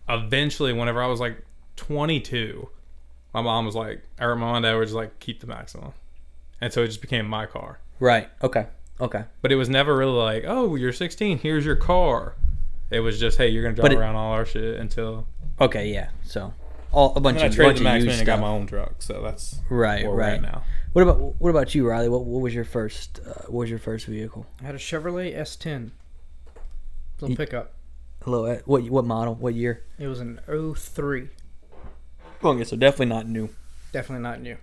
And eventually, whenever I was like 22, my mom was like, or my mom and dad were just like, keep the maximum. And so it just became my car.
Right. Okay. Okay.
But it was never really like, oh, you're 16, here's your car. It was just, hey, you're gonna drive
But it-
around all our shit until.
Okay, yeah. So, all, a bunch
And I
of,
traded
bunch
the
of used
maximum
stuff.
and got my own truck, so that's
Right,
where we're at
right.
now.
What about what about you, Riley? What, what was your first uh, what was your first vehicle?
I had a Chevrolet S10. Little
Ye-
pickup.
Hello, uh, what what model? What year?
It was an 03.
Okay, so definitely not new.
Definitely not new.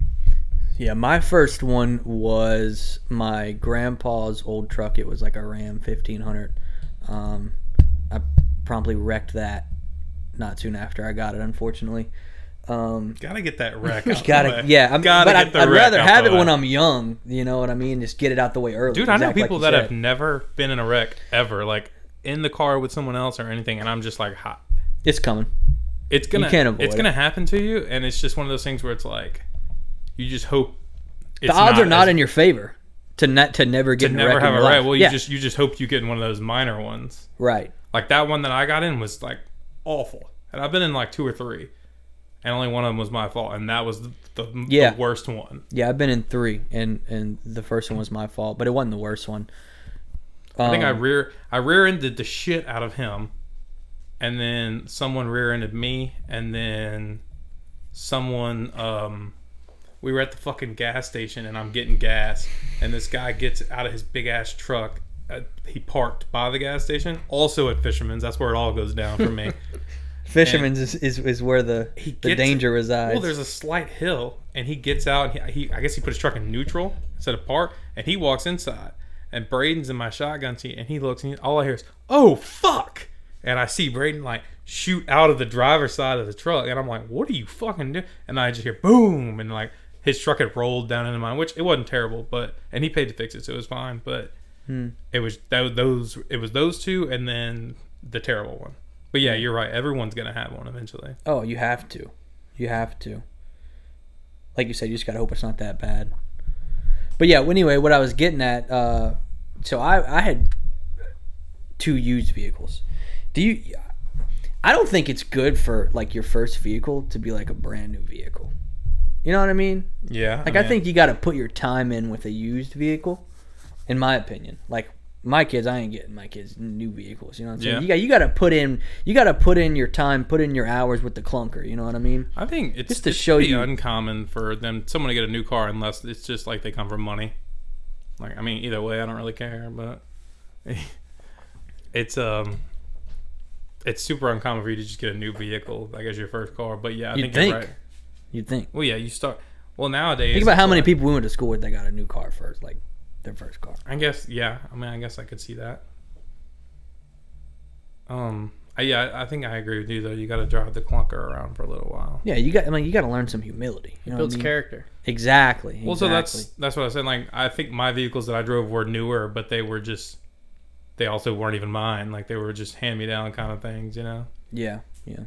Yeah, my first one was my grandpa's old truck. It was like a Ram 1500. Um, I promptly wrecked that not soon after I got it, unfortunately. Um,
Gotta get that wreck. out the way.
gotta, yeah, I'm,
Gotta
but
get
I'd,
the
I'd
wreck
rather
out
have
the
it when
way.
I'm young. You know what I mean? Just get it out the way early.
Dude, I know
Exact like
people
you
that
said.
have never been in a wreck ever, like in the car with someone else or anything, and I'm just like, hot.
It's coming.
It's gonna,
can't avoid
it's
it.
gonna happen to you, and it's just one of those things where it's like, you just hope. It's
The odds are not
as-
in your favor to not to never
to
get in a
never
wreck
have
in
a
your
wreck.
life.
Well, you
yeah,
just you just hope you get in one of those minor ones.
right.
Like that one that I got in was like awful, and I've been in like two or three, and only one of them was my fault, and that was the, the,
Yeah.
the worst one.
Yeah, I've been in three, and and the first one was my fault, but it wasn't the worst one.
I think I
Um,
rear I rear ended the shit out of him, and then someone rear ended me, and then someone um we were at the fucking gas station, and I'm getting gas, and this guy gets out of his big ass truck. Uh, he parked by the gas station, also at Fisherman's. That's where it all goes down for me.
Fisherman's is, is, is where the
He
the
gets-
danger resides.
Well, there's a slight hill, and he gets out. And he, he, I guess, he put his truck in neutral instead of park, and he walks inside. And Braden's in my shotgun seat, and he looks, and he, all I hear is, "Oh fuck!" And I see Braden like shoot out of the driver's side of the truck, and I'm like, "What are you fucking doing?" And I just hear boom, and like his truck had rolled down into mine, which it wasn't terrible, but and he paid to fix it, so it was fine. But it was tho- those, it was those two, and then the terrible one. But yeah, you're right. Everyone's gonna have one eventually.
oh, you have to, you have to. Like you said, you just gotta hope it's not that bad. But yeah, well, anyway, what I was getting at, uh, so I I had two used vehicles. Do you? I don't think it's good for like your first vehicle to be like a brand new vehicle. You know what I mean?
Yeah,
Like I
mean-
think you got to put your time in with a used vehicle, in my opinion. Like my kids, I ain't getting my kids new vehicles. You know what I'm saying?
Yeah.
You got you got to put in you got to put in your time, put in your hours with the clunker. You know what I mean?
I think it's
Just to
it's
show
pretty
you-
uncommon for them someone to get a new car unless it's just like they come from money. Like I mean, either way, I don't really care, but it's um, it's super uncommon for you to just get a new vehicle like as your first car. But yeah, I think,
You'd think.
you're right.
You'd think.
Well, yeah, you start. Well, nowadays,
Think about
it's
how many
like-
people we went to school with that got a new car first, like their first car.
I guess yeah. I mean, I guess I could see that. Um, I, yeah, I think I agree with you though. You got to drive the clunker around for a little while.
Yeah, you got. I mean, you got to learn some humility. You know what I
Builds
mean?
character.
Exactly.
Well, so
exactly.
that's that's what I said. Like, I think my vehicles that I drove were newer, but they were just they also weren't even mine. Like, they were just hand me down kind of things, you know.
yeah, yeah.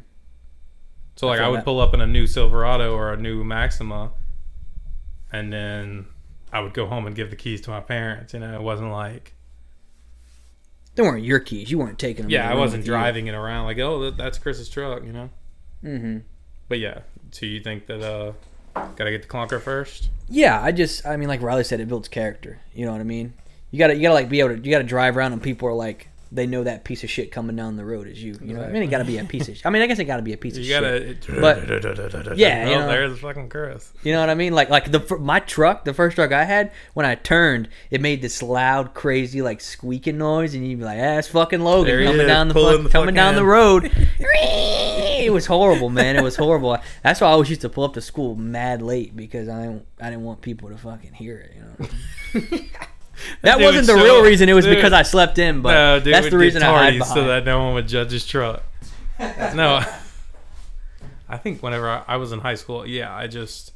So like,
feel
I would
that.
pull up in a new Silverado or a new Maxima, and then I would go home and give the keys to my parents. You know, it wasn't like
They weren't your keys. You weren't taking them.
yeah, I wasn't driving it around like oh that, that's Chris's truck, you know.
Mm-hmm.
But yeah, so you think that uh, gotta get the clunker first?
Yeah, I just I mean like Riley said, it builds character. You know what I mean? You gotta you gotta like be able to you gotta drive around and people are like they know that piece of shit coming down the road is you. You know, what I mean, it got to be a piece of. shit. I mean, I guess it got to be a piece of
You
shit.
gotta,
But- yeah,
Oh,
you know.
there's a fucking curse.
You know what I mean? Like like the fir- my truck, the first truck I had, when I turned, it made this loud, crazy, like squeaking noise, and you'd be like, "Ah, it's fucking Logan
There he
coming
is,
down the,
pulling
fuck-
the
coming
fucking
down the
end."
road." it was horrible, man. It was horrible. That's why I always used to pull up to school mad late because I didn't, I didn't want people to fucking hear it. You know. That
dude
wasn't the
would
real
show-
reason. It was
dude-
because I slept in, but
No, dude,
that's
would
the
get
reason I hide
tardies
behind.
so that no one would judge his truck. no, I think whenever I, I was in high school, yeah, I just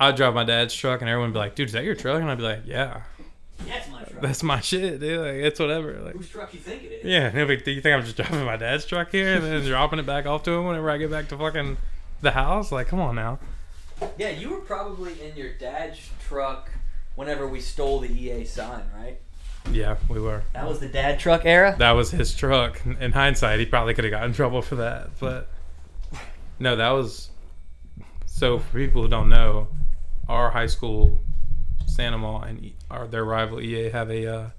I'd drive my dad's truck and everyone would be like, "Dude, is that your truck?" And I'd be like, "Yeah,
That's my truck.
that's my shit, dude. Like, it's whatever." Like,
Whose truck you think it is?
yeah, and he'll be, do you think I'm just driving my dad's truck here and then dropping it back off to him whenever I get back to fucking the house? Like, come on now.
Yeah, you were probably in your dad's truck whenever we stole the EA sign, right?
Yeah, we were.
That was the dad truck era.
That was his truck. In hindsight, he probably could have got in trouble for that. But no, that was. So for people who don't know, our high school, Santa Mall, and E- our their rival EA have a. Uh,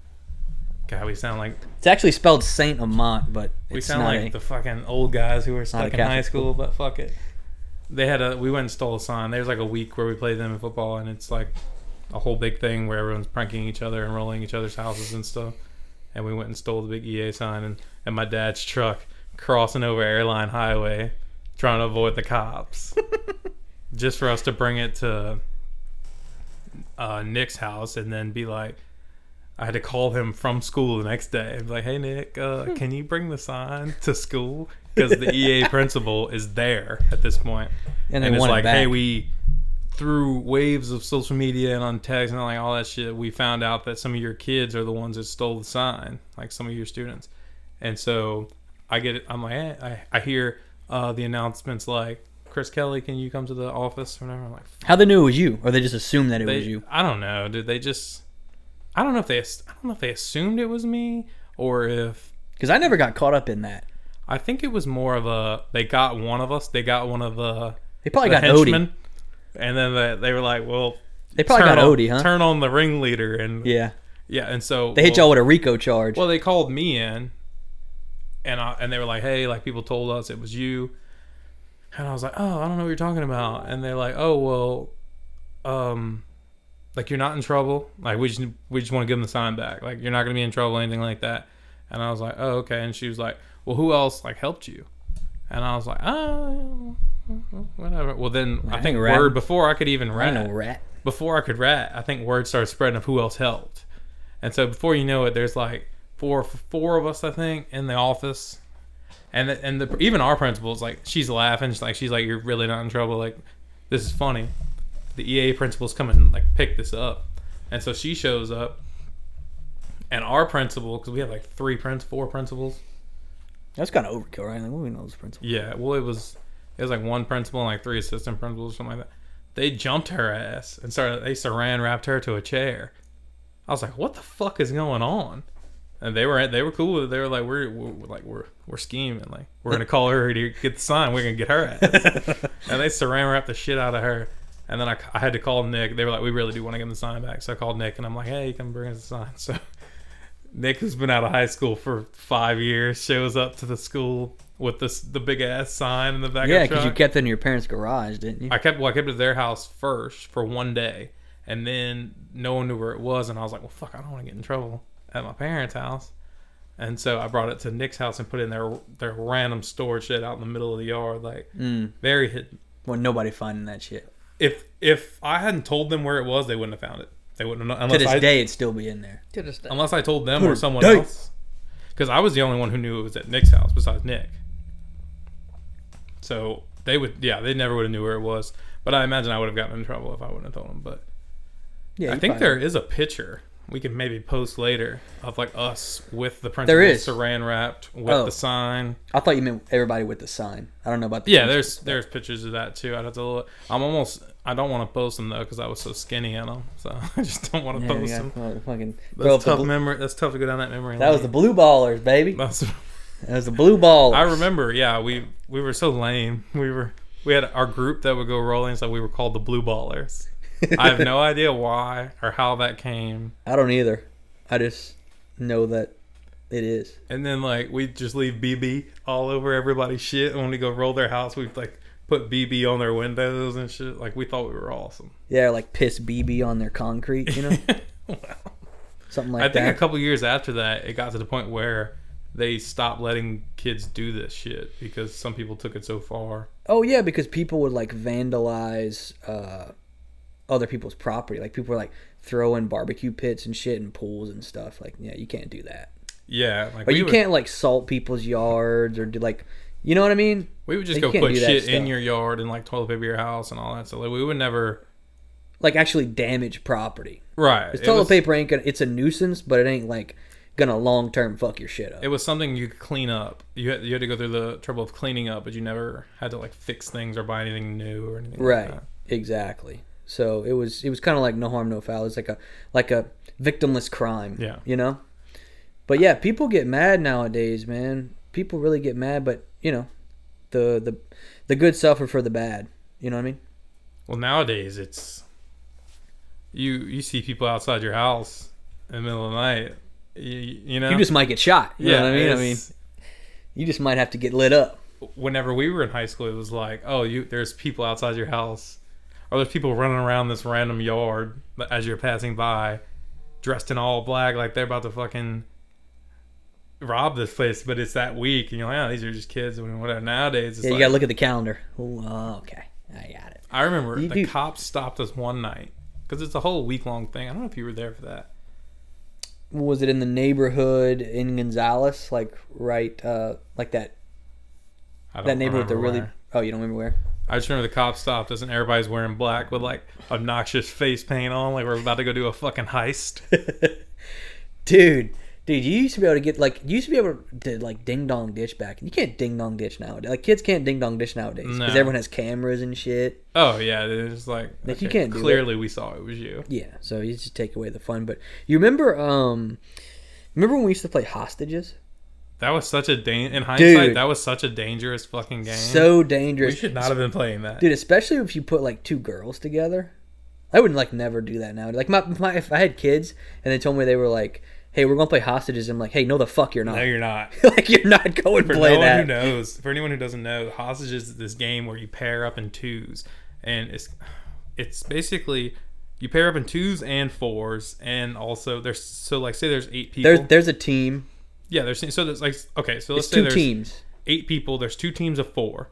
God, we sound like
It's actually spelled Saint Amant, but
we
it's
sound
not
like
a,
the fucking old guys who were
not a
stuck in high
Catholic
school, but fuck it. They had a we went and stole a sign. There's like a week where we played them in football, and it's like a whole big thing where everyone's pranking each other and rolling each other's houses and stuff. And we went and stole the big EA sign and, and my dad's truck crossing over airline highway, trying to avoid the cops, just for us to bring it to uh, Nick's house and then be like. I had to call him from school the next day. and be like, hey, Nick, uh, can you bring the sign to school? Because the EA principal is there at this point.
and
And
they
it's
want
like,
it back.
hey, we, through waves of social media and on text and like all that shit, we found out that some of your kids are the ones that stole the sign, like some of your students. And so I get it. I'm like, eh, I, I hear uh, the announcements like, Chris Kelly, can you come to the office? Or whatever. I'm like,
How they knew it was you, or they just assumed that it
they,
was you.
I don't know. Did they just? I don't know if they. ass- I don't know if they assumed it was me or if
Because I never got caught up in that.
I think it was more of a. They got one of us. They got one of the,
They probably
the
got Odie.
henchmen, and then they, they were like, "Well,
They probably
turn
got
on,
Odie, huh?
Turn on the ringleader, and yeah,
Yeah,
and so
they hit y'all with a Rico charge.
Well, they called me in, and I and they were like, "Hey, like people told us it was you," and I was like, "Oh, I don't know what you're talking about." And they're like, "Oh, well, um, like you're not in trouble. Like we just we just want to give them the sign back. Like you're not gonna be in trouble, anything like that." And I was like, "Oh, okay." And she was like, "Well, who else like helped you?" And I was like, "Oh, whatever." Well, then I
I
think
ain't ratting.
word before I could even
I
rat
ain't no rat.
before I could rat, I think word started spreading of who else helped. And so before you know it, there's like four four of us, I think, in the office. And the, and the, even our principal's like she's laughing, she's like she's like you're really not in trouble. Like this is funny. The EA principal's coming like pick this up, and so she shows up. And our principal, because we have like three prints, four principals.
That's kind of overkill, right? Like, what do we know this principal?
Yeah, well, it was it was like one principal and like three assistant principals or something like that. They jumped her ass and started they saran wrapped her to a chair. I was like, what the fuck is going on? And they were they were cool with it. They were like, we're, we're like we're we're scheming. Like we're gonna call her to get the sign. We're gonna get her ass. and they saran wrapped the shit out of her. And then I, I had to call Nick. They were like, we really do want to give him the sign back. So I called Nick and I'm like, hey, come bring us the sign. So Nick, who's been out of high school for five years, shows up to the school with this the big ass sign in the back
Yeah,
of the
because
truck.
you kept it in your parents' garage, didn't you?
I kept well, I kept it at their house first for one day, and then no one knew where it was, and I was like, well, fuck, I don't want to get in trouble at my parents' house, and so I brought it to Nick's house and put it in their their random storage shed out in the middle of the yard, like very hidden.
Hmm. Well, nobody finding that shit.
If if I hadn't told them where it was, they wouldn't have found it. They wouldn't have known
To
unless
this
I
day, it'd still be in there.
To this day.
unless I told them or someone
day.
else. Because I was the only one who knew it was at Nick's house besides Nick. So they would, yeah, they never would have knew where it was. But I imagine I would have gotten in trouble if I wouldn't have told them. But
Yeah,
I
you
think
probably-
there is a picture we can maybe post later of like us with the principal
There is.
saran wrapped with
Oh.
the sign.
I thought you meant everybody with the sign. I don't know about the
Yeah,
principal.
there's there's pictures of that too. I'd have to look. I'm almost. I don't want to post them though because I was so skinny in them. So I just don't want to
Yeah,
post
yeah,
them.
well, fucking throw up
That's
the
tough
bl-
memory. That's tough to go down that memory.
That was the blue ballers, baby. That
That's,
was the blue ballers.
I remember, yeah, we we were so lame. We were we had our group that would go rolling, so we were called the Blue Ballers. I have no idea why or how that came.
I don't either. I just know that It is.
And then like we just leave BB all over everybody's shit. And when we go roll their house, we like put BB on their windows and shit. Like we thought we were awesome.
Yeah, like piss BB on their concrete, you know, something like
I think
that.
a couple years after that, it got to the point where they stopped letting kids do this shit because some people took it so far.
oh yeah, because people would like vandalize uh, other people's property. Like people were like throwing barbecue pits and shit in pools and stuff. Like yeah, you can't do that.
Yeah, like
Or
we
you
would,
can't like salt people's yards or do like, you know what I mean?
We would just
you
go
can't
put
do that
shit in
stuff.
your yard and like toilet paper your house and all that. So like we would never.
Like actually damage property.
Right.
Because
it
toilet
was-
paper ain't gonna. It's a nuisance, but it ain't like gonna long term fuck your shit up.
It was something you could clean up. You had, you had to go through the trouble of cleaning up, but you never had to like fix things or buy anything new or anything.
right.
Like that.
Exactly. So it was. It was kind of like no harm, no foul. It's like a like a victimless crime.
Yeah.
You know. But yeah, people get mad nowadays, man. People really get mad, but you know, the the the good suffer for the bad. You know what I mean?
Well, nowadays it's you you see people outside your house in the middle of the night. You, you know.
You just might get shot. You know what I mean? I mean,
it's-
you just might have to get lit up.
whenever we were in high school, it was like, oh, you there's people outside your house, or there's people running around this random yard as you're passing by, dressed in all black, like they're about to fucking rob this place. But it's that week, and you're like, oh, these are just kids. and whatever. Nowadays, it's
Yeah, you
like,
gotta look at the calendar. Ooh, uh, okay, I got it.
I remember
You
the
do-
cops stopped us one night because it's a whole week long thing. I don't know if you were there for that.
was it in the neighborhood in Gonzales, like right, uh, like that
I don't
that neighborhood? They're
remember
really.
where.
Oh, you don't remember where?
I just remember the cops stopped us and everybody's wearing black with like obnoxious face paint on, like we're about to go do a fucking heist.
Dude, dude, you used to be able to get like you used to be able to like ding dong ditch back. You can't ding dong ditch nowadays. Like kids can't ding dong ditch nowadays because
No.
everyone has cameras and shit.
Oh yeah, they're just like,
Like, you
okay,
can't do
Clearly, we saw it was you.
Yeah, so you just take away the fun. But you remember, um, remember when we used to play hostages?
That was such a dan- in hindsight.
Dude.
That was such a dangerous fucking game.
So
we
dangerous.
should not have been playing that.
dude especially if you put like two girls together i would like never do that now like my, my if i had kids and they told me they were like hey we're gonna play hostages i'm like hey no the fuck you're not
no, you're not.
like you're not going to
For
play
no one
that
who knows, for anyone who doesn't know, hostages is this game where you pair up in twos, and it's it's basically you pair up in twos and fours, and also there's so like say there's eight people.
there's there's a team
yeah, there's so there's like okay, so let's
it's
say
two
there's
teams
eight people. There's two teams of four,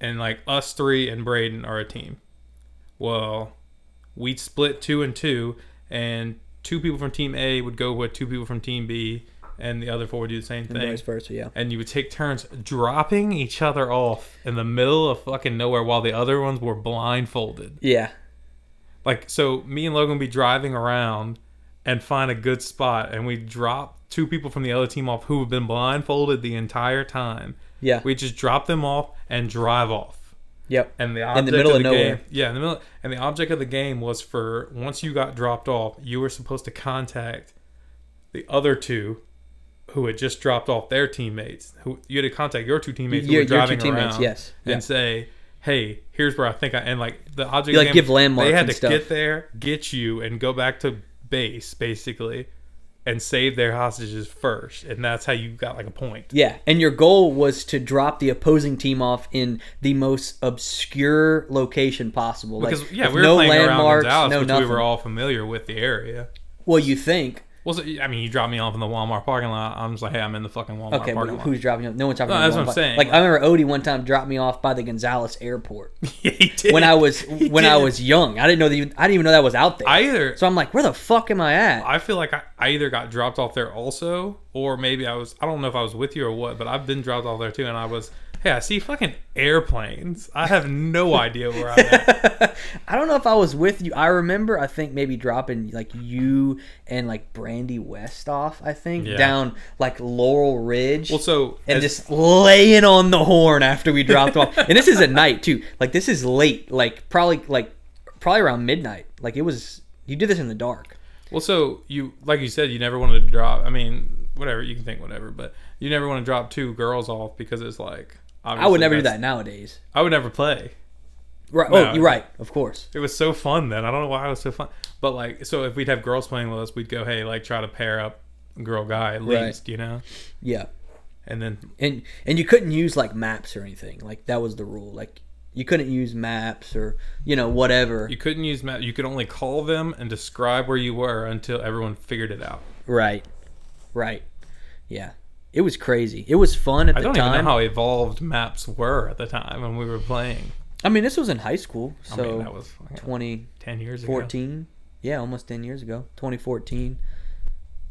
and like us three and Braden are a team. Well, we'd split two and two, and two people from Team A would go with two people from Team B, and the other four would do the same
and
thing.
vice versa yeah
And you would take turns dropping each other off in the middle of fucking nowhere while the other ones were blindfolded.
yeah
Like, so me and Logan would be driving around and find a good spot, and we drop two people from the other team off who have been blindfolded the entire time.
yeah
We just drop them off and drive off.
yep
And the object
In the middle
of,
of
the
nowhere.
game, yeah, in the middle, and the object of the game was for once you got dropped off, you were supposed to contact the other two who had just dropped off their teammates. Who you had to contact your two teammates who
Your-
were
your two
driving
teammates,
around,
yes.
and
Yeah.
say, "Hey, here's where I think I." And like the object, of
You, like,
the game,
give landmarks
They had
and
to
stuff.
get there, get you, and go back to base basically, and save their hostages first, and that's how you got like a point.
yeah and your goal was to drop the opposing team off in the most obscure location possible like,
Because yeah,
with
we were
no
playing
landmarks
around in Dallas,
no
which
nothing
we were all familiar with the area.
well you think
Well, so, I mean, you dropped me off in the Walmart parking lot. I'm just like, hey, I'm in the fucking Walmart
Okay, but
parking lot.
who's dropping you? off? No one's dropping.
No,
you
that's
off.
what I'm saying,
Like, I
like-
remember Odie one time dropped me off by the Gonzales Airport
Yeah, he did.
when I was
He
when I
did.
was young. I didn't know that. Even, I didn't even know that was out there.
I either
so I'm like, where the fuck am I at?
I feel like I, I either got dropped off there also, or maybe I was I don't know if I was with you or what, but I've been dropped off there too, and I was hey, I see fucking airplanes. I have no idea where I'm at.
I don't know if I was with you. I remember, I think maybe dropping like you and like Brandy West off. I think
Yeah.
down like Laurel Ridge.
Well, so
and
as-
just laying on the horn after we dropped off. And this is at night too. Like this is late. Like probably like probably around midnight. Like it was. You did this in the dark.
Well, so you like you said, you never wanted to drop. I mean, whatever you can think, whatever, but you never want to drop two girls off because it's like
I would never do
that's-
that nowadays.
I would never play.
Right.
No.
oh, you're right. Of course.
It was so fun then. I don't know why it was so fun. But like, so if we'd have girls playing with us, we'd go, hey, like try to pair up girl guy at
Right.
least, you know.
Yeah.
And then
and and you couldn't use like maps or anything like that was the rule like you couldn't use maps or you know whatever
you couldn't use map. You could only call them and describe where you were until everyone figured it out.
right right yeah it was crazy it was fun at
I
the
don't
time
even know how evolved maps were at the time when we were playing.
i mean this was in high school
I
so
mean, that was like,
2014
ten years ago.
yeah almost 10 years ago 2014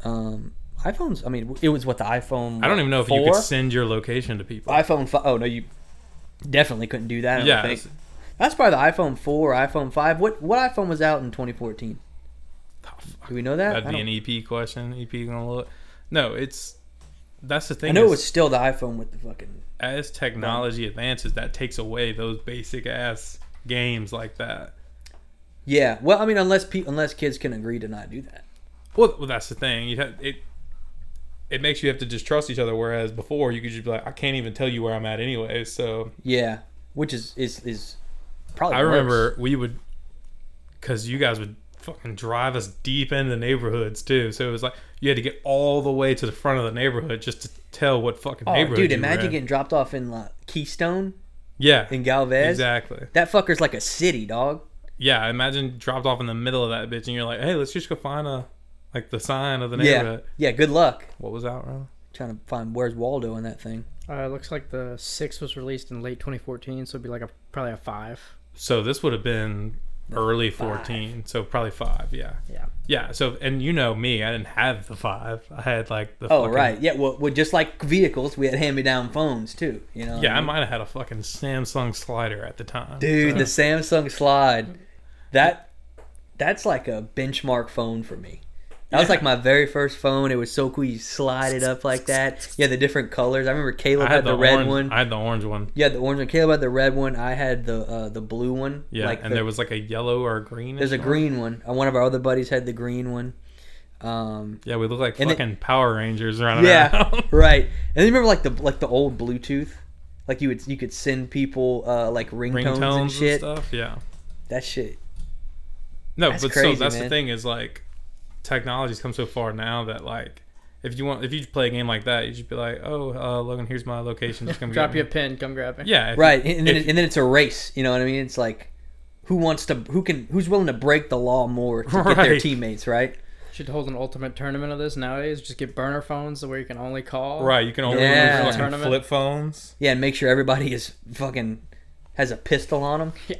um iphones i mean it was what the iphone
I don't even know if you
4?
could send your location to people.
iphone 5 oh no you definitely couldn't do that I don't
yeah,
think.
it's-
that's probably the iphone 4 iphone 5 what what iphone was out in 2014
oh, fuck.
do we know that
that'd
I
be
don't-
an EP question. EP gonna look. No, it's that's the thing.
I know it
is
was still the iPhone with the fucking.
as technology advances, that takes away those basic ass games like that.
Yeah. Well, I mean, unless pe- unless kids can agree to not do that.
Well, well that's the thing. You have it. It makes you have to just trust each other. Whereas before, you could just be like, I can't even tell you where I'm at anyway. So
Yeah. Which is is is probably.
I
worse.
remember we would, because you guys would fucking drive us deep into neighborhoods too. So it was like you had to get all the way to the front of the neighborhood just to tell what fucking
Oh,
neighborhood.
dude,
you were
imagine
in.
getting dropped off in like, Keystone
yeah,
in Galvez.
exactly.
That fucker's like a city, dog.
Yeah, imagine dropped off in the middle of that bitch, and you're like, hey, let's just go find a like the sign of the
Yeah.
neighborhood.
Yeah. Good luck
What was out, Ron?
trying to find where's Waldo in that thing.
Uh, it looks like the six was released in late 2014, so it'd be like a probably a five.
So this would have been early 14, so probably five, yeah.
Yeah.
Yeah, so, and you know me, I didn't have the five. I had like the
Oh
fucking,
right. Yeah. Well, well, just like vehicles, we had hand-me-down phones too. You know. what
Yeah,
I
I
mean?
might have had a fucking Samsung slider at the time.
Dude,
so-
the Samsung Slide, that that's like a benchmark phone for me. That was like my very first phone. It was so cool. You slide it up like that. Yeah, the different colors. I remember
I
Caleb
had, the,
red
orange,
one.
I had the orange one.
yeah, the orange one. Caleb had the red one. I had the uh, the blue one.
Yeah,
like
and
the-
there was like a yellow or a green.
there's a
one.
green one. Uh, One of our other buddies had the green one. Um,
Yeah, we look like
And it-
fucking Power Rangers running
yeah,
around.
right. And then you remember like the like the old Bluetooth, like you would you could send people uh, like ringtones,
Ringtones
and shit.
stuff. Yeah.
That shit.
No,
That's
but
crazy,
so that's
man.
the thing is like technology's come so far now that like if you want if you play a game like that, you should be like, Oh, uh, Logan, here's my location, just come
Drop you a
get me.
pin, come grab it.
Yeah. if-
right and then,
if-
and then it's a race you know what i mean it's like who wants to who can who's willing to break the law more to get their
Right.
teammates right
Should hold an ultimate tournament of this nowadays. Just get burner phones where you can only call.
Right, you can only use
Yeah.
fucking
Tournament.
flip phones.
yeah and make sure everybody is fucking has a pistol on them
Yeah.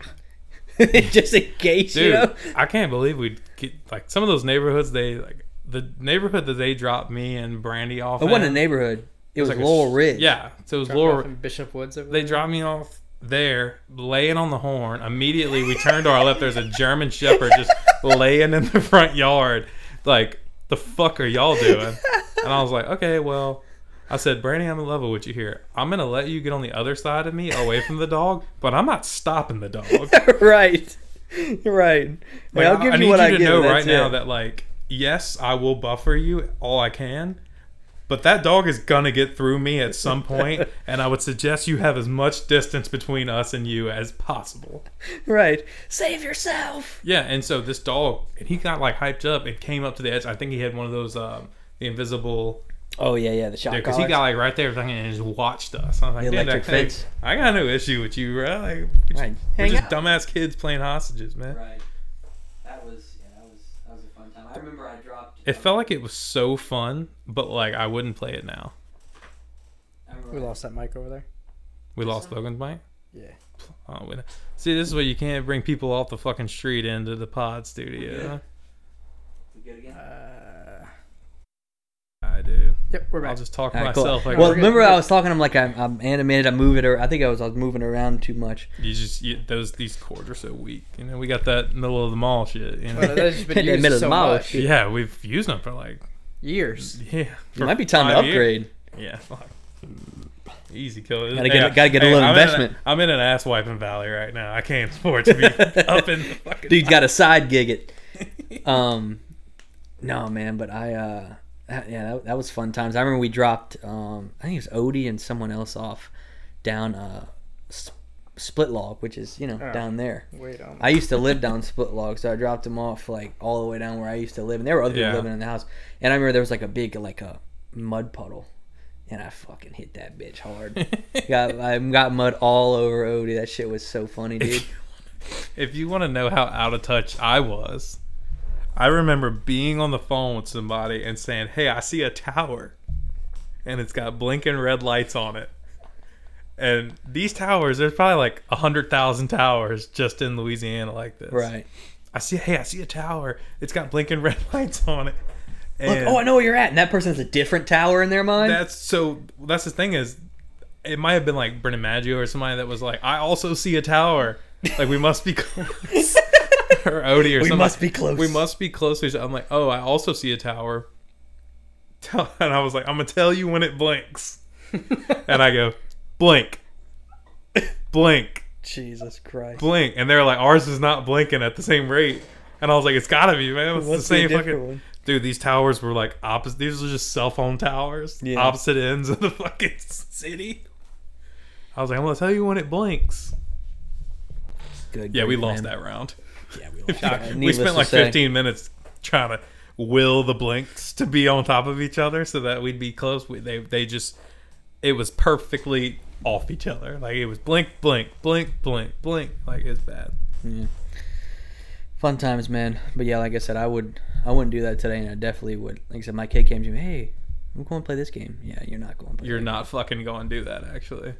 just in case
Dude,
you know
I can't believe we'd get like some of those neighborhoods they like the neighborhood that they dropped me and Brandy off
it wasn't a
at,
neighborhood it was,
like a
Laurel
sh-
Ridge.
Yeah. So it was
Drop you off
Laurel
in Bishop Woods. over
they
there.
dropped me off there, laying on the horn. Immediately, we turned to our left. There's a German Shepherd just laying in the front yard. Like, the fuck are y'all doing? And I was like, okay, well, I said, Brandy, I'm in love with what you hear. I'm gonna let you get on the other side of me, away from the dog, but I'm not stopping the dog. Like,
right right Like, i'll
I-
give
I
you
need
what
you
i
to
give
know
you,
right
that's
now
it.
that like, yes, I will buffer you all I can. But that dog is gonna get through me at some point, and I would suggest you have as much distance between us and you as possible.
right save yourself
Yeah, and so this dog, and he got like hyped up and came up to the edge. I think he had one of those, um, the invisible,
oh yeah yeah the shot
because he got like right there and just watched us. I was like,
The
"Damn, that
electric
thing-
fence.
I got no issue with you, bro. Like, we're
Right.
just, we're
Hang
just
out.
dumbass kids playing hostages, man.
right that was yeah that was that was a fun time i remember i dropped
It felt like it was so fun, but like I wouldn't play it now.
We lost that mic over there.
We lost Logan's mic.
Yeah.
Oh, we- See, this is why you can't bring people off the fucking street into the pod studio.
Uh,
I do.
yep, we're
I'll
back.
just talk to
Alright, cool.
myself. Like,
well,
we're good,
remember
we're
I
good.
was talking. I'm like I'm, I'm animated. I'm moving. Or I think I was I was moving around too much.
You just you, those these cords are so weak. You know, we got that middle of the mall shit. You know,
Well, uh, that's just been
In the
used
middle of
so
the mall,
much.
shit.
yeah, we've used them for like
Years.
yeah.
It
for
might be time to
five years.
upgrade.
Yeah, fuck. Easy killer.
Gotta get- gotta get a little investment.
I'm in, an ass wiping valley right now. I can't afford to be up in the fucking.
Dude's got a side gig. It. Um, no man, but I uh, that- yeah, that, that was fun times. I remember we dropped um, I think it was Odie and someone else off down uh, S- Split Log, which is you know
Oh.
down there.
Wait on.
I used to live down Split Log, so I dropped them off like all the way down where I used to live, and there were other
Yeah.
people living in the house. And I remember there was like a big like a mud puddle, and I fucking hit that bitch hard. got I got mud all over Odie. That shit was so funny, dude.
If you want to know how out of touch I was, I remember being on the phone with somebody and saying, "Hey, I see a tower, and it's got blinking red lights on it." And these towers, there's probably like a hundred thousand towers just in Louisiana like this.
right.
I see. Hey, I see a tower. It's got blinking red lights on it.
Look,
And
oh, I know where you're at. And that person has a different tower in their mind.
That's so. That's the thing is, it might have been like Brennan Maggio or somebody that was like, "I also see a tower. Like we must be." close." or Odie or
we
something.
must be close.
We must be close to each other. I'm like, oh, I also see a tower. Tell- And I was like, I'm gonna tell you when it blinks. and I go, blink, blink,
Jesus Christ.
blink. And they're like, ours is not blinking at the same rate. And I was like, it's gotta be, man. It's the
Must be a
same
different
fucking.
one.
Dude, these towers were like opposite. These were just cell phone towers,
Yeah.
opposite ends of the fucking city. I was like, I'm gonna tell you when it blinks.
Good
Yeah, we
grief,
lost
man.
that round.
Yeah, we lost
Yeah,
that.
we
Needless
spent
to
like
say.
15 minutes trying to will the blinks to be on top of each other so that we'd be close. We, they they just it was perfectly off each other. Like it was blink, blink, blink, blink, blink. Like it's bad.
Fun times, man. But yeah, like I said, I would I wouldn't do that today, and I definitely would. Like I said, my kid came to me, hey, I'm going to play this game. Yeah, you're not going to play.
You're
that
not fucking going to do that actually.
game.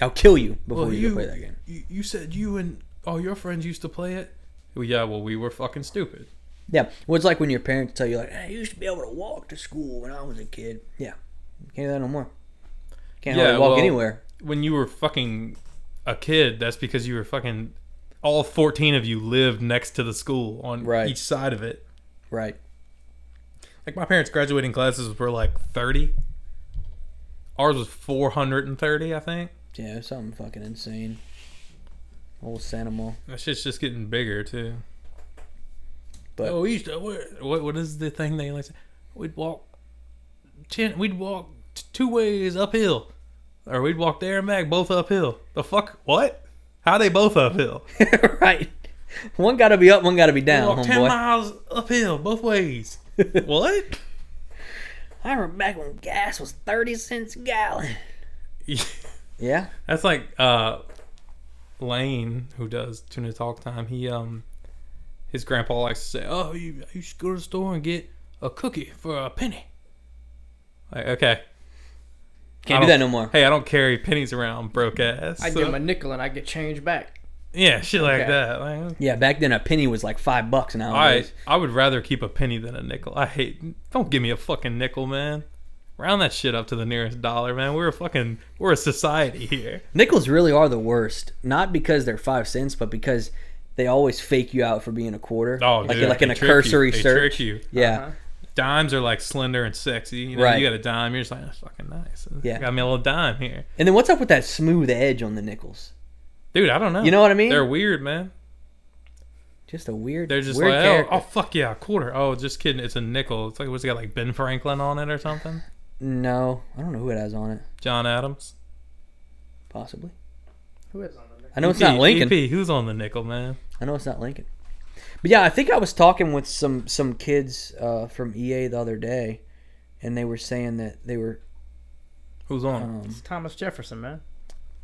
I'll kill you before you, go play that game.
you you said you and all your friends used to play it. Well, yeah, well we were fucking stupid.
Yeah, well, it's like when your parents tell you, like, hey, I used to be able to walk to school when I was a kid. Yeah, can't do that no more. Can't
Yeah,
hardly walk
well-
anywhere.
When you were fucking a kid, that's because you were fucking all 14 of you lived next to the school on
Right.
each side of it.
Right.
Like my parents' graduating classes were like thirty. Ours was four hundred and thirty, I think.
Yeah, it's something fucking insane. Old Santa Mall.
That shit's just getting bigger too.
But-
oh, we used to what, what? What is the thing they like? say? We'd walk ten. We'd walk t- two ways uphill, or we'd walk there and back both uphill. The fuck? What? How they both uphill?
right. One got to be up, one got to be down,
walk ten
homeboy.
miles uphill both ways. what?
I remember back when gas was 30 cents a gallon. Yeah?
That's like uh Lane, who does Tuna Talk Time. He um, his grandpa likes to say, "Oh, you you should go to the store and get a cookie for a penny." Like, okay,
Can't
I
do that
don't-
no more.
Hey, I don't carry pennies around, broke ass.
I
So-
give him a nickel and I get change back.
yeah, shit like
Okay.
that. Like,
Yeah, back then a penny was like five bucks
I
nowadays.
I would rather keep a penny than a nickel. I hate. Don't give me a fucking nickel, man. Round that shit up to the nearest dollar, man. We're a fucking we're a society here.
Nickels really are the worst. Not because they're five cents, but because they always fake you out for being a quarter.
Oh,
like,
dude,
like in
they
a
trick you.
cursory
They
search.
trick you.
Yeah.
Uh-huh.
dimes are like slender and sexy. You know,
Right.
you got a dime, you're just like, that's fucking nice.
Yeah.
Got me a little dime here.
And then what's up with that smooth edge on the nickels?
Dude, I don't know.
You know what I mean?
They're weird, man.
Just a weird,
They're just
weird
like, oh,
character.
oh, fuck yeah, a quarter. Oh, just kidding. It's a nickel. It's like, what's it got, like Ben Franklin on it or something?
No, I don't know who it has on it.
John Adams?
Possibly.
Who is?
I know it's
EP,
not Lincoln.
EP, who's on the nickel, man?
I know it's not Lincoln. But yeah, I think I was talking with some some kids uh, from EA the other day, and they were saying that they were
Who's on? it?
um,
It's Thomas Jefferson, man.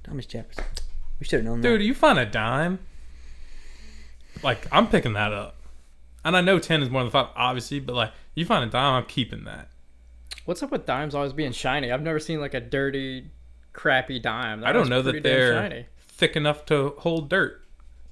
Thomas Jefferson. We should have known
Dude, you find a dime? Like, I'm picking that up. And I know 10 is more than 5, obviously, but like, you find a dime, I'm keeping that.
What's up with dimes always being shiny? I've never seen like a dirty, crappy dime. That
I don't
was
know that
pretty damn
they're
shiny.
thick enough to hold dirt.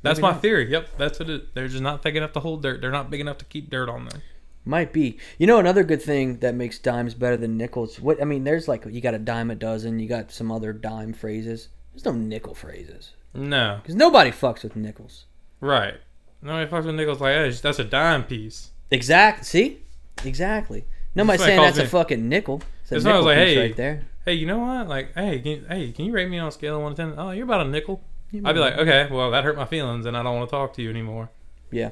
That's
Maybe
my
not.
theory. Yep, that's what it is. They're just not thick enough to hold dirt. They're not big enough to keep dirt on them.
that. Might be. You know, another good thing that makes dimes better than nickels. What I mean, there's like you got a dime a dozen. You got some other dime phrases. There's no nickel phrases
No,
because nobody fucks with nickels.
right. No, if I with nickels like that, that's a dime piece.
Exact. See, exactly. Nobody's
Somebody
saying
calls
that's a
me-
fucking nickel. It's a
That's why I
nickel
was like,
piece
hey,
right there.
Hey, you know what? Like, hey, can, hey, can you rate me on a scale of one to ten? Oh, you're about a nickel.
You
I'd be
know.
like, okay, well, that hurt my feelings, and I don't want to talk to you anymore.
Yeah.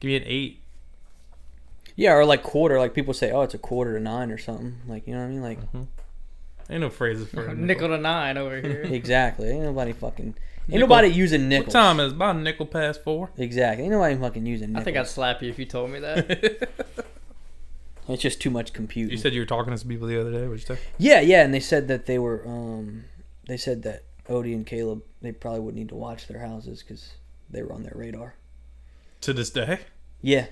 Give me an eight.
Yeah, or like quarter. Like people say, oh, it's a quarter to nine or something. Like you know what I mean? Like
Ain't no phrases for a
Nickel to nine over here.
Exactly. Ain't nobody fucking. Ain't
Nickel.
nobody using
What
nickels.
time is it? about a nickel past four?
Exactly. Ain't nobody fucking using
I
nickels.
think I'd slap you if you told me that.
It's just too much computing.
You said you were talking to some people the other day. What'd you say?
yeah, yeah, and they said that they were. Um, they said that Odie and Caleb they probably would need to watch their houses because they were on their radar.
To this day,
Yeah,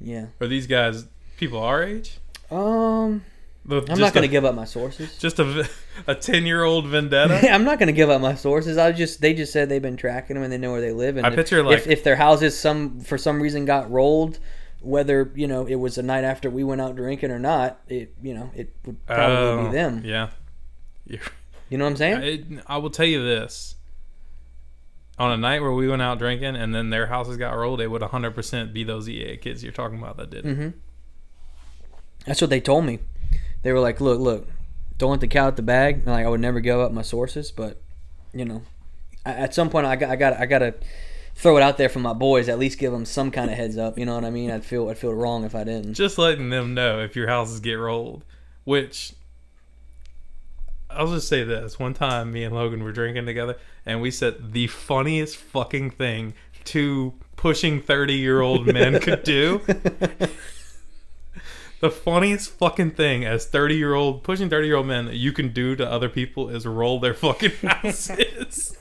yeah.
are these guys people our age?
Um,
The-
I'm
just
not gonna
a,
give up my sources.
just a a ten year old vendetta.
I'm not gonna give up my sources. I just they just said they've been tracking them and they know where they live. And
I
if,
picture, like-
if, if their houses some for some reason got rolled, whether you know it was the night after we went out drinking or not, it you know it would probably
Oh,
be them.
Yeah.
You know what I'm saying?
I, I will tell you this. On a night where we went out drinking and then their houses got rolled, it would 100% be those EA kids you're talking about that did it.
hmm That's what they told me. They were like, "Look, look, don't let the cat out the bag." And like, I would never give up my sources, but you know, I, at some point, I got, I got, I got to throw it out there for my boys. At least give them some kind of heads up. You know what I mean? I'd feel, I'd feel wrong if I didn't.
Just letting them know if your houses get rolled, which I'll just say this. One time, me and Logan were drinking together and we said the funniest fucking thing two pushing 30 year old men could do. The funniest fucking thing as 30 year old, pushing 30 year old men that you can do to other people is roll their fucking houses.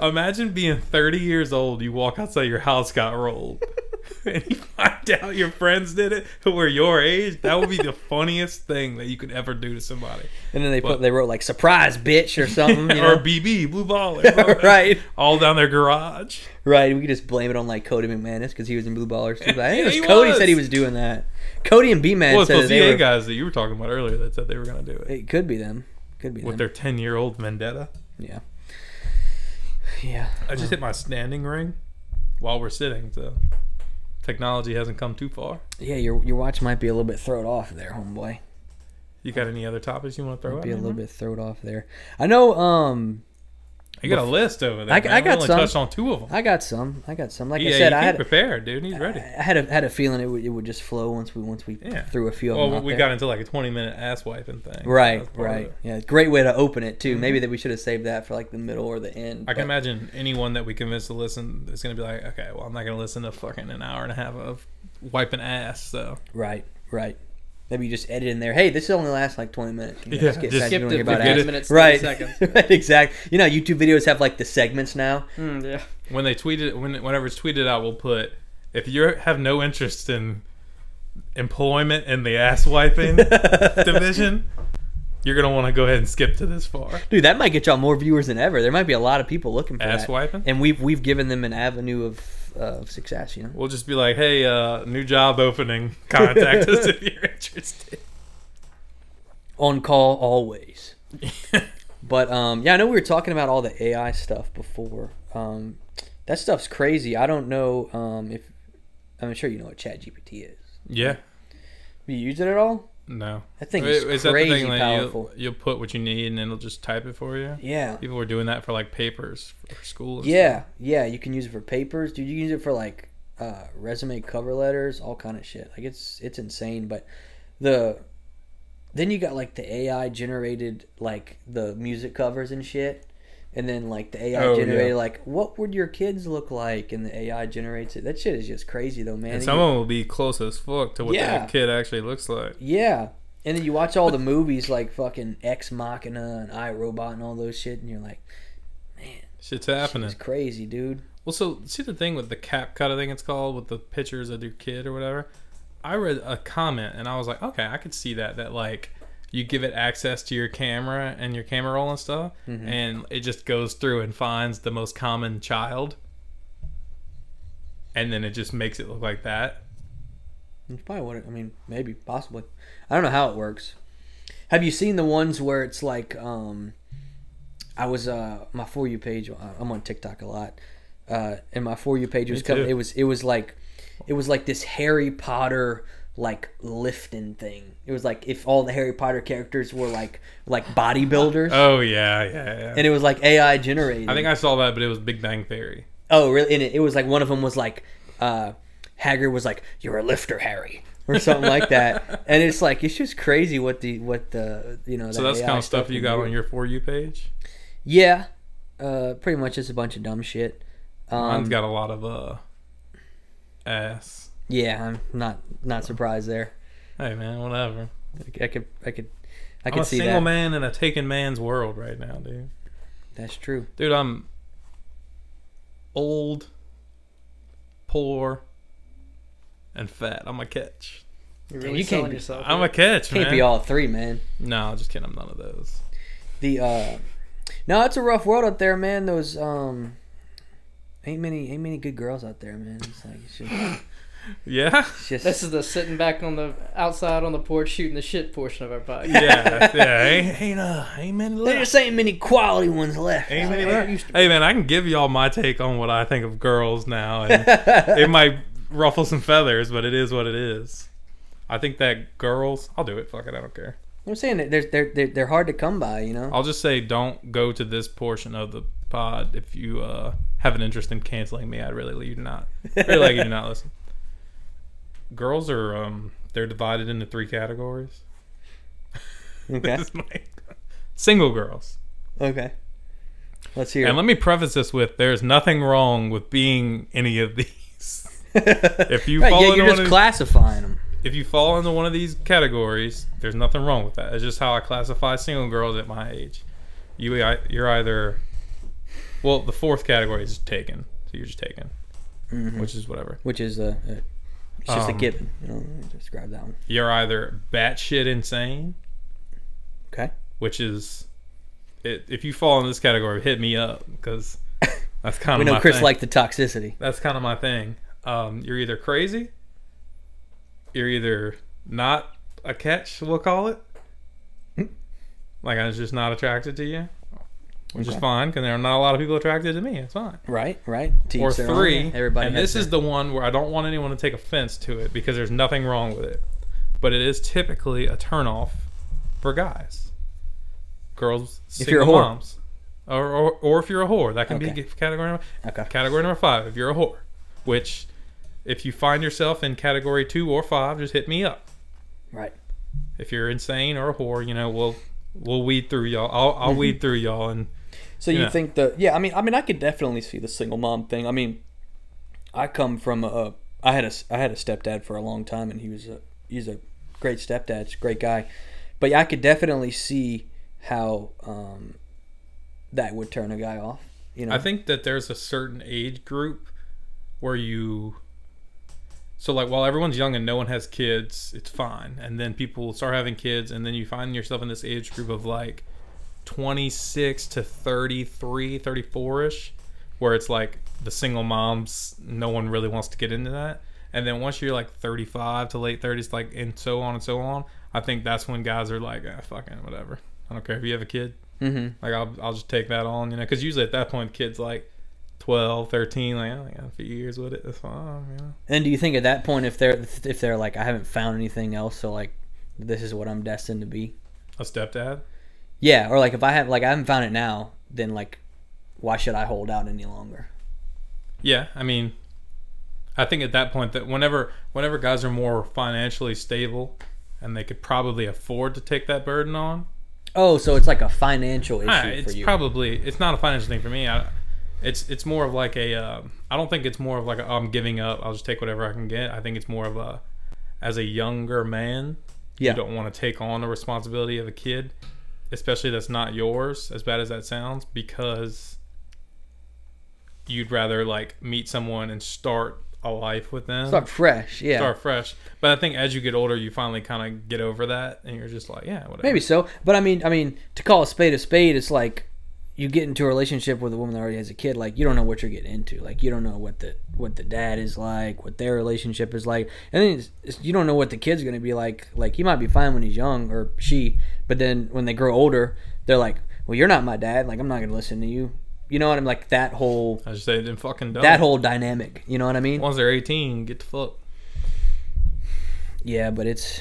Imagine being 30 years old, you walk outside, your house got rolled, and you find out your friends did it who were your age. That would be the funniest thing that you could ever do to somebody.
And then they put,
Well-
they wrote like "surprise, bitch" or something. Mm, You
or
know?
BB, blue baller.
right,
All down their garage.
right. We could just blame it on like Cody McManus because he was in Blue Ballers. Too. But I think it was
He
Cody
was.
said he was doing that. Cody and B Man
Well, it's
said that
those
they
EA
were.
guys that you were talking about earlier that said they were going to do it
It could be them. Could be
with
them.
their 10 year old vendetta.
yeah. Yeah.
I just hit my standing ring while we're sitting, so technology hasn't come too far.
Yeah, your your watch might be a little bit thrown off there, homeboy.
You got any other topics you want to throw out?
Be a little
man?
bit thrown off there. I know. Um,
You got a list over there.
I-
I,
I got
got only
some.
touched on two of them.
I got some. I got some. Like
yeah,
I said,
you
I
keep
had
prepared, dude. He's ready.
I had a had a feeling it would, it would just flow once we once we
Yeah.
threw a few of them.
well,
out
we
there.
got into like a 20 minute ass wiping thing. so
right,
that's part of
right.
it. Mhm.
Yeah, great way to open it too. Maybe that we should have saved that for like the middle or the end.
I
but-
can imagine anyone that we convince to listen is going to be like, okay, well, I'm not going to listen to fucking an hour and a half of wiping ass. So
Right, right. Maybe you just edit in there. Hey, this only lasts like twenty minutes. You know,
Yeah,
let's get
just
back to doing
skip the
it about
15
ads.
minutes, 30
right,
seconds.
right, exactly. You know, YouTube videos have like the segments now.
Mm, yeah.
when they tweet it, when whenever it's tweeted out, we'll put if you have no interest in employment in the ass wiping. division, you're gonna want to go ahead and skip to this far.
Dude, that might get y'all more viewers than ever. There might be a lot of people looking for
Ass
that.
wiping?
and we've we've given them an avenue of of success. You know,
We'll just be like, "Hey, uh, new job opening. Contact us if you're interested."
on call always. but um, yeah, I know we were talking about all the AI stuff before. Um, that stuff's crazy. I don't know um, if I'm sure you know what ChatGPT is.
Yeah.
Have you used it at all?
No.
I think it's crazy powerful.
you'll, you'll put what you need and it'll just type it for you?
yeah.
People were doing that for like papers for school. and
Yeah, yeah, you can use it for papers, dude. You can use it for like uh, resume cover letters, all kind of shit. Like it's it's insane. But the then you got like the AI generated like the music covers and shit, and then like the AI
Oh,
generated
yeah.
like what would your kids look like, and the AI generates it. That shit is just crazy though, man.
And
You-
some of them will be close as fuck to what
Yeah.
that kid actually looks like.
yeah. And then you watch all the movies like fucking Ex Machina and I Robot and all those shit, and you're like,
Shit's
it's
happening.
crazy, dude.
Well, so see the thing with the cap cut, I think it's called, with the pictures of your kid or whatever. I read a comment and I was like, okay, I could see that. That like you give it access to your camera and your camera roll and stuff,
Mm-hmm.
and it just goes through and finds the most common child, and then it just makes it look like that.
It's probably what it, I mean, maybe, possibly. I don't know how it works. Have you seen the ones where it's like, um, I was uh my for you page. I- I'm on TikTok a lot, uh, and my for you page was
Me
coming.
too.
It was it was like, it was like this Harry Potter like lifting thing. It was like if all the Harry Potter characters were like like bodybuilders,
Oh yeah, yeah, yeah.
and it was like AI generated.
I think I saw that, but it was Big Bang Theory.
Oh, really? And it, it was like one of them was like, uh, Hagrid was like, "You're a lifter, Harry," or something like that. And it's like it's just crazy what the what the you know.
So
that
that's
AI
kind of stuff you
can
got
do.
on your for you page.
Yeah, uh, pretty much just a bunch of dumb shit. Um,
Mine's got a lot of uh ass.
yeah, I'm not not surprised there.
Hey man, whatever.
I could I could I
I'm
could
a
see
single
that.
man in a taken man's world right now, dude.
That's true.
Dude, I'm old, poor, and fat. I'm a catch.
You're
Dude,
really
you can't
selling
be-
yourself.
I'm a catch,
Can't
man.
be all three, man.
no, just kidding. I'm none of those.
The uh, no, it's a rough world out there, man. Those um, ain't many ain't many good girls out there, man. It's like it's just,
Yeah,
it's just
This is the sitting back on the outside on the porch shooting the shit portion of our podcast.
yeah, yeah. Ain't ain't uh, ain't many
there
left.
just ain't many quality ones left.
Ain't many
Yeah,
left.
it used to
Hey man, I can give y'all my take on what I think of girls now, and it might ruffle some feathers, but it is what it is. I think that girls, I'll do it. Fuck it, I don't care.
I'm saying that they're they're they're, they're hard to come by, you know.
I'll just say don't go to this portion of the pod if you uh, have an interest in canceling me. I'd really like you to not. Really like you to not listen. Girls are um they're divided into three categories.
Okay,
This is my- Single girls.
okay. Let's hear.
And let me preface this with there's nothing wrong with being any of these.
it.
If you
right,
fall
yeah,
into
you're
one
just
of,
classifying them.
if you fall into one of these categories, there's nothing wrong with that. It's just how I classify single girls at my age. You ei- you're either well, the fourth category is taken. So you're just taken.
Mm-hmm.
Which is whatever.
which is a, a it's just a
Um,
given. You know, describe that one.
You're either batshit insane,
Okay.
which is it, if you fall in this category, hit me up because that's kind
We
of
know
my
Chris
thing.
liked the toxicity.
that's kind of my thing. Um, you're either crazy, you're either not a catch, we'll call it. like I was just not attracted to you, which is
Okay.
fine because there are not a lot of people attracted to me. It's fine.
Right, right. To
Or
each their own.
three,
Everybody
and
has
this is the one where I don't want anyone to take offense to it because there's nothing wrong with it, but it is typically a turnoff for guys, girls,
If
single
you're a whore.
moms, or, or or if you're a whore, that can
Okay.
be category
their- okay.
Category number five, if you're a whore, which if you find yourself in category two or five, just hit me up.
Right.
If you're insane or a whore, you know we'll we'll weed through y'all. I'll,
Mm-hmm.
I'll weed through y'all, and
So you
Yeah.
think the yeah? I mean, I mean, I could definitely see the single mom thing. I mean, I come from a I had a I had a stepdad for a long time, and he was a he's a great stepdad, he's a great guy. But yeah, I could definitely see how um, that would turn a guy off. You know,
I think that there's a certain age group where you. So like while everyone's young and no one has kids, it's fine. And then people start having kids, and then you find yourself in this age group of like 26 to 33, 34 ish, where it's like the single moms, no one really wants to get into that. And then once you're like 35 to late 30s, like, and so on and so on, I think that's when guys are like, ah, fucking whatever. I don't care if you have a kid.
Mhm.
Like, I'll, I'll just take that on, you know, because usually at that point, the kid's like 12, 13, like, oh, I got a few years with it. That's fine, you know.
And do you think at that point, if they're if they're like, I haven't found anything else, so like, this is what I'm destined to be?
A stepdad.
Yeah, or like if I have like I haven't found it now, then like, why should I hold out any longer?
Yeah, I mean, I think at that point that whenever whenever guys are more financially stable and they could probably afford to take that burden on,
Oh, so it's like a financial issue
ah,
for
it's
you.
probably it's not a financial thing for me. I, it's it's more of like a um, I don't think it's more of like a, I'm giving up. I'll just take whatever I can get. I think it's more of a as a younger man,
yeah.
you don't want to take on the responsibility of a kid, especially that's not yours, as bad as that sounds, because you'd rather like meet someone and start a life with them.
Start fresh, yeah.
Start fresh. But I think as you get older, you finally kind of get over that and you're just like, yeah, whatever.
Maybe so, but I mean, I mean, to call a spade a spade, it's like you get into a relationship with a woman that already has a kid. Like you don't know what you're getting into. Like you don't know what the what the dad is like, what their relationship is like, and then it's, it's, you don't know what the kid's gonna be like. Like he might be fine when he's young or she, but then when they grow older, they're like, well, you're not my dad. Like I'm not gonna listen to you. You know what I'm like? That whole
I just say, then fucking don't.
that whole dynamic. You know what I mean?
Once they're 18, get the fuck.
Yeah, but it's.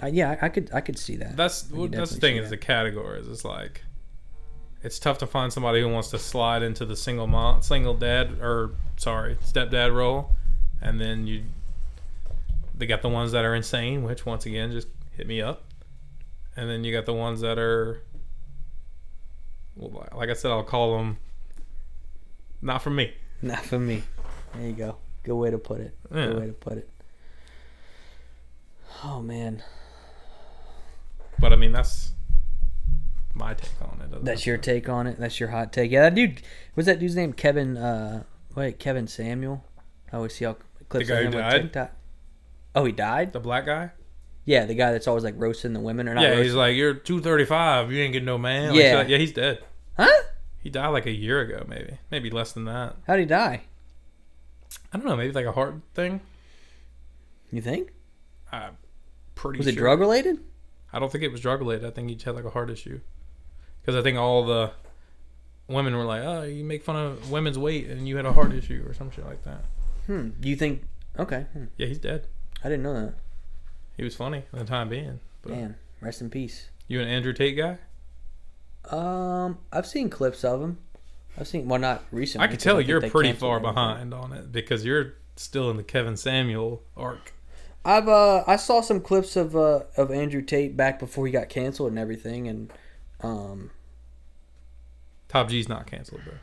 I yeah, I, I could I could see that.
That's
I can
that's the
definitely
thing
see
is the
that.
categories. It's like it's tough to find somebody who wants to slide into the single mom, single dad, or sorry, stepdad role, and then you they got the ones that are insane, which once again just hit me up, and then you got the ones that are, well, like I said, I'll call them. Not for me.
Not for me. There you go. Good way to put it.
Yeah.
Good way to put it. Oh man,
But I mean, that's my take on it.
that's your take on it. That's your hot take. Yeah, that dude. Was that dude's name Kevin? Uh, wait, Kevin Samuel. I always see all clips
guy
of
who
him on
died?
TikTok. Oh, he died.
the black guy.
Yeah, the guy that's always like roasting the women or not.
Yeah,
roasting-
he's like you're 235. You ain't getting no man. Like,
Yeah.
she's like, yeah, he's dead.
huh?
He died like a year ago, maybe, maybe less than that.
How'd he die?
I don't know, maybe like a heart thing.
You think?
I'm pretty.
Was
sure.
it drug related?
I don't think it was drug related. I think he just had like a heart issue. Because I think all the women were like, "Oh, you make fun of women's weight, and you had a heart issue or some shit like that."
Hmm. Do you think? Okay. Hmm.
Yeah, he's dead.
I didn't know that.
He was funny for the time being. But
Man, rest in peace.
you an Andrew Tate guy?
Um, I've seen clips of him. I've seen well, not recently.
I could
because
tell
think
you're
they
pretty
canceled
far
everything.
behind on it because you're still in the Kevin Samuel arc.
I've uh, I saw some clips of uh of Andrew Tate back before he got canceled and everything, and um,
Top G's not canceled, bro.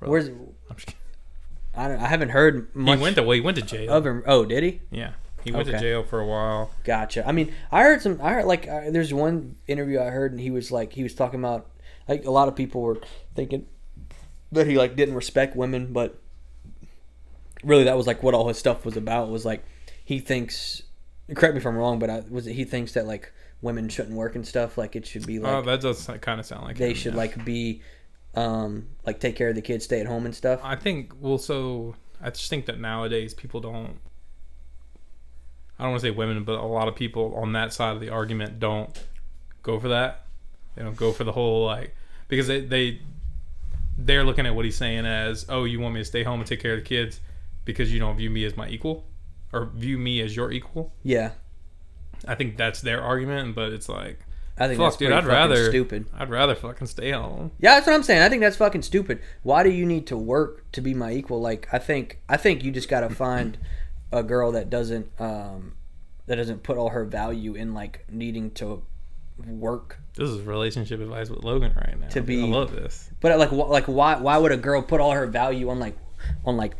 Really?
where's
I'm just kidding.
I don't I haven't heard
He
much
went away. He went to jail.
of him. Oh, did he?
yeah, he went to
Okay.
jail for a while.
Gotcha. I mean, I heard some. I heard like I, there's one interview I heard, and he was like he was talking about like a lot of people were thinking that he like didn't respect women, but really that was like what all his stuff was about. Was like he thinks. Correct me if I'm wrong, but I, was it he thinks that like women shouldn't work and stuff. Like it should be like
oh, that does kind of sound like
they
him,
should
yeah.
like be um like take care of the kids, stay at home and stuff.
I think well, so I just think that nowadays people don't. I don't want to say women, but a lot of people on that side of the argument don't go for that. They don't go for the whole like because they they they're looking at what he's saying as oh you want me to stay home and take care of the kids because you don't view me as my equal or view me as your equal.
Yeah,
I think that's their argument, but it's like
I think
Fuck,
that's
dude,
pretty
I'd
fucking
rather-
stupid.
I'd rather fucking stay home.
Yeah, that's what I'm saying. I think that's fucking stupid. Why do you need to work to be my equal? Like, I think I think you just gotta find a girl that doesn't um, that doesn't put all her value in like needing to work.
This is relationship advice with Logan right now.
To be-
I love this.
But like, wh- like why why would a girl put all her value on like on like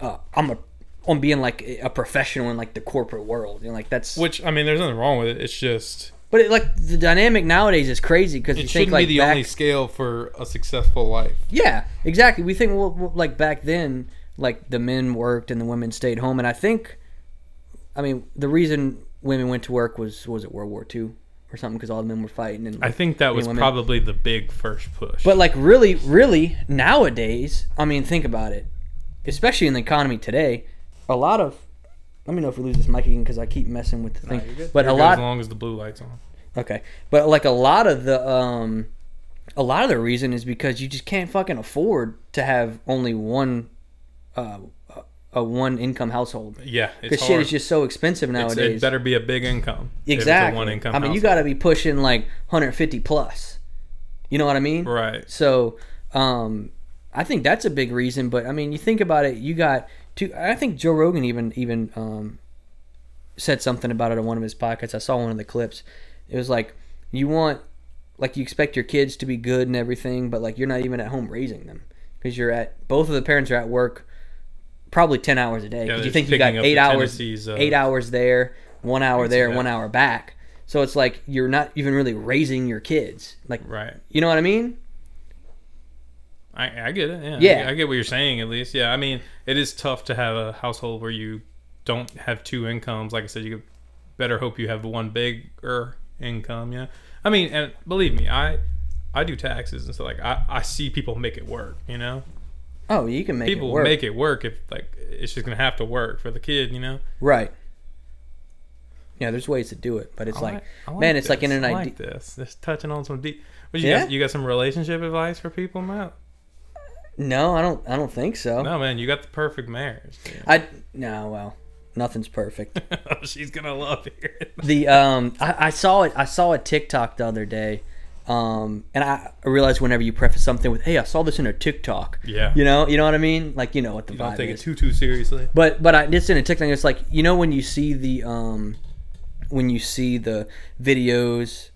uh, I'm a on being like a professional in like the corporate world? You know, like that's
Which I mean, there's nothing wrong with it. It's just.
but it, like the dynamic nowadays is crazy because you
it
think
shouldn't
like
be the
back,
only scale for a successful life.
Yeah, exactly. We think well, well, like back then, like the men worked and the women stayed home, and I think, I mean, the reason women went to work was was it World War II or something because all the men were fighting and.
I think that was
women-
probably the big first push.
but like really, really nowadays, I mean, think about it, especially in the economy today, a lot of. Let me know if we lose this mic again because I keep messing with the thing.
you're good.
but a
Because
lot,
as long as the blue lights on.
Okay, but like a lot of the um, a lot of the reason is because you just can't fucking afford to have only one, uh, a one income household.
Yeah, it's
Because shit
hard.
is just so expensive
It's-
nowadays.
it better be a big income. if it's a
exactly.
one-income
I mean, you got
household.
to be pushing like 150 plus. You know what I mean?
right.
So, um, I think that's a big reason. But I mean, you think about it. You got two. I think Joe Rogan even even um, said something about it on one of his podcasts. I saw one of the clips. It was like you want, like you expect your kids to be good and everything, but like you're not even at home raising them because you're at both of the parents are at work, probably ten hours a day.
Yeah,
'cause you
they're
think you
picking
got
up
eight
the
hours,
tendencies of-
eight hours there, one hour there,
that.
one hour back. So it's like you're not even really raising your kids. Like,
Right.
you know what I mean?
I, I get it. Yeah. I
Yeah.
get- I get what you're saying. At least, yeah. I mean, it is tough to have a household where you don't have two incomes. Like I said, you could better hope you have one bigger income. Yeah. I mean, and believe me, I I do taxes and so like I, I see people make it work. You know.
Oh, you can make
people
it work.
make it work if like it's just gonna have to work for the kid, you know.
Right. Yeah, there's ways to do it, but it's like,
I
man, it's like in
this.
an
I
idea.
like this. It's touching on some deep. But you
Yeah?
got you got some relationship advice for people, Matt?
No, I don't. I don't think so.
No, man, you got the perfect marriage. dude.
I no. Well, nothing's perfect.
She's gonna love it.
the um, I, I saw it. I saw a TikTok the other day. Um, and I I realize whenever you preface something with, "Hey, I saw this in a TikTok,"
Yeah.
you know, you know what I mean, like you know what the
You
vibe
don't take it
is.
too too seriously.
But but I it's in a TikTok. It's like you know when you see the um, when you see the videos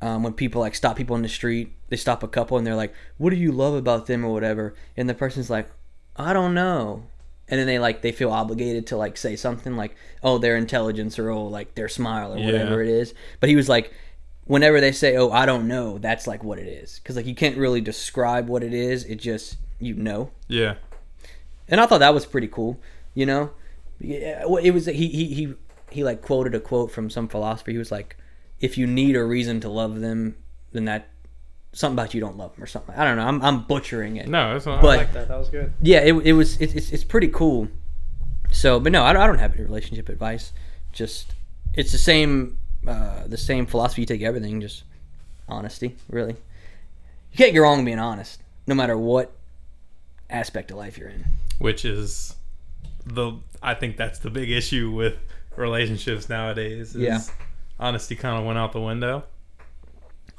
um, when people like stop people in the street, they stop a couple and they're like, "What do you love about them?" or whatever, and the person's like, "I don't know," and then they like they feel obligated to like say something like, "Oh, their intelligence," or "Oh, like their smile," or whatever it is. But he was like. Whenever they say, "Oh, I don't know," that's like what it is, because like you can't really describe what it is. It just you know
Yeah.
and I thought that was pretty cool. You know, Yeah, well, it was he he he he like quoted a quote from some philosopher. He was like, "If you need a reason to love them, then that something about you don't love them or something." I don't know. I'm I'm butchering it.
No, that's not.
But-
I like
Like that. That was good.
Yeah, it it was it, it's it's pretty cool. So, but no, I don't, I don't have any relationship advice. Just it's the same uh, the same philosophy. You take everything, just honesty. Really, you can't go wrong being honest, no matter what aspect of life you're in.
which is the I think that's the big issue with relationships nowadays. Is
Yeah.
honesty kind of went out the window.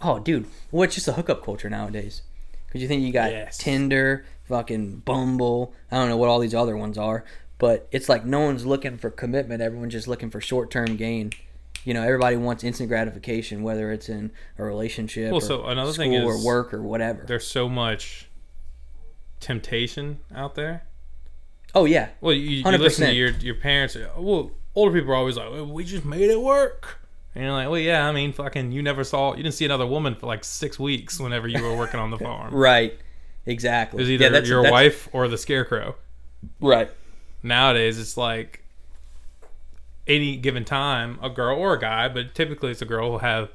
Oh, dude, well, it's just a hookup culture nowadays. Because you think you got
Yes.
Tinder, fucking Bumble. I don't know what all these other ones are, but it's like no one's looking for commitment. Everyone's just looking for short-term gain. You know, everybody wants instant gratification, whether it's in a relationship,
Well,
or
so another
school,
thing
or
is-
work, or whatever.
There's so much temptation out there.
Oh yeah,
Well, you, you listen to
100%.
your your parents. Well, older people are always like, "We just made it work," and you're like, "Well, yeah, I mean, fucking, you never saw, you didn't see another woman for like six weeks whenever you were working on the farm."
right, exactly.
It was
Yeah,
either
that's-
your
that's-
wife or the scarecrow.
right?
nowadays it's like any given time a girl or a guy but typically it's a girl will have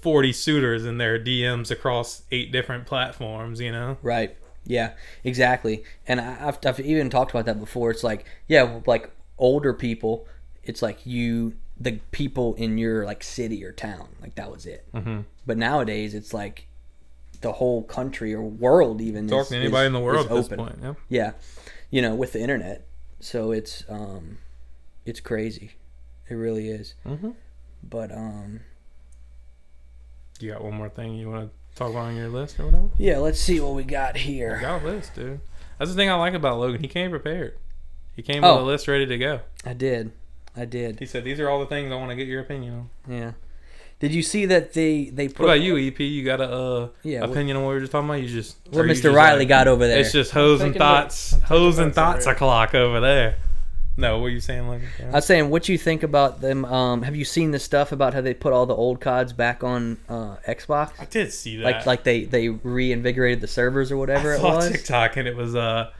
40 suitors in their dms across eight different platforms you know
Right. Yeah. Exactly. And I- I've, I've even talked about that before. It's like, yeah, like older people, it's like you, the people in your like city or town, like that was it. Mm-hmm. But nowadays, it's like the whole country or world even.
talk
is-
to anybody
is-
in the world
is
at this point yeah.
Yeah. You know, with the internet, so it's um, it's crazy. It really is.
Mhm.
But um,
you got one more thing you want to talk about on your list or whatever
yeah. Let's see what we got
you
here.
got a list dude that's the thing i like about logan he came prepared he came
Oh.
with a list ready to go
I did. I did.
he said these are all the things i want to get your opinion on
Yeah. Did you see that they they put
what about you ep you got a uh,
Yeah, what-
opinion on what we were just talking about you just
what
or you
Mr.
just
Riley
like-
got over there.
It's just hoes and
thinking about-
thoughts, hoes and
about
thoughts
something.
o'clock over there. No, what are you saying, Logan?
I was saying, what you think about them? Um, have you seen the stuff about how they put all the old CODs back on uh, Xbox?
I did see that.
Like, like they they reinvigorated the servers or whatever
I
it
saw
was.
TikTok, and it was uh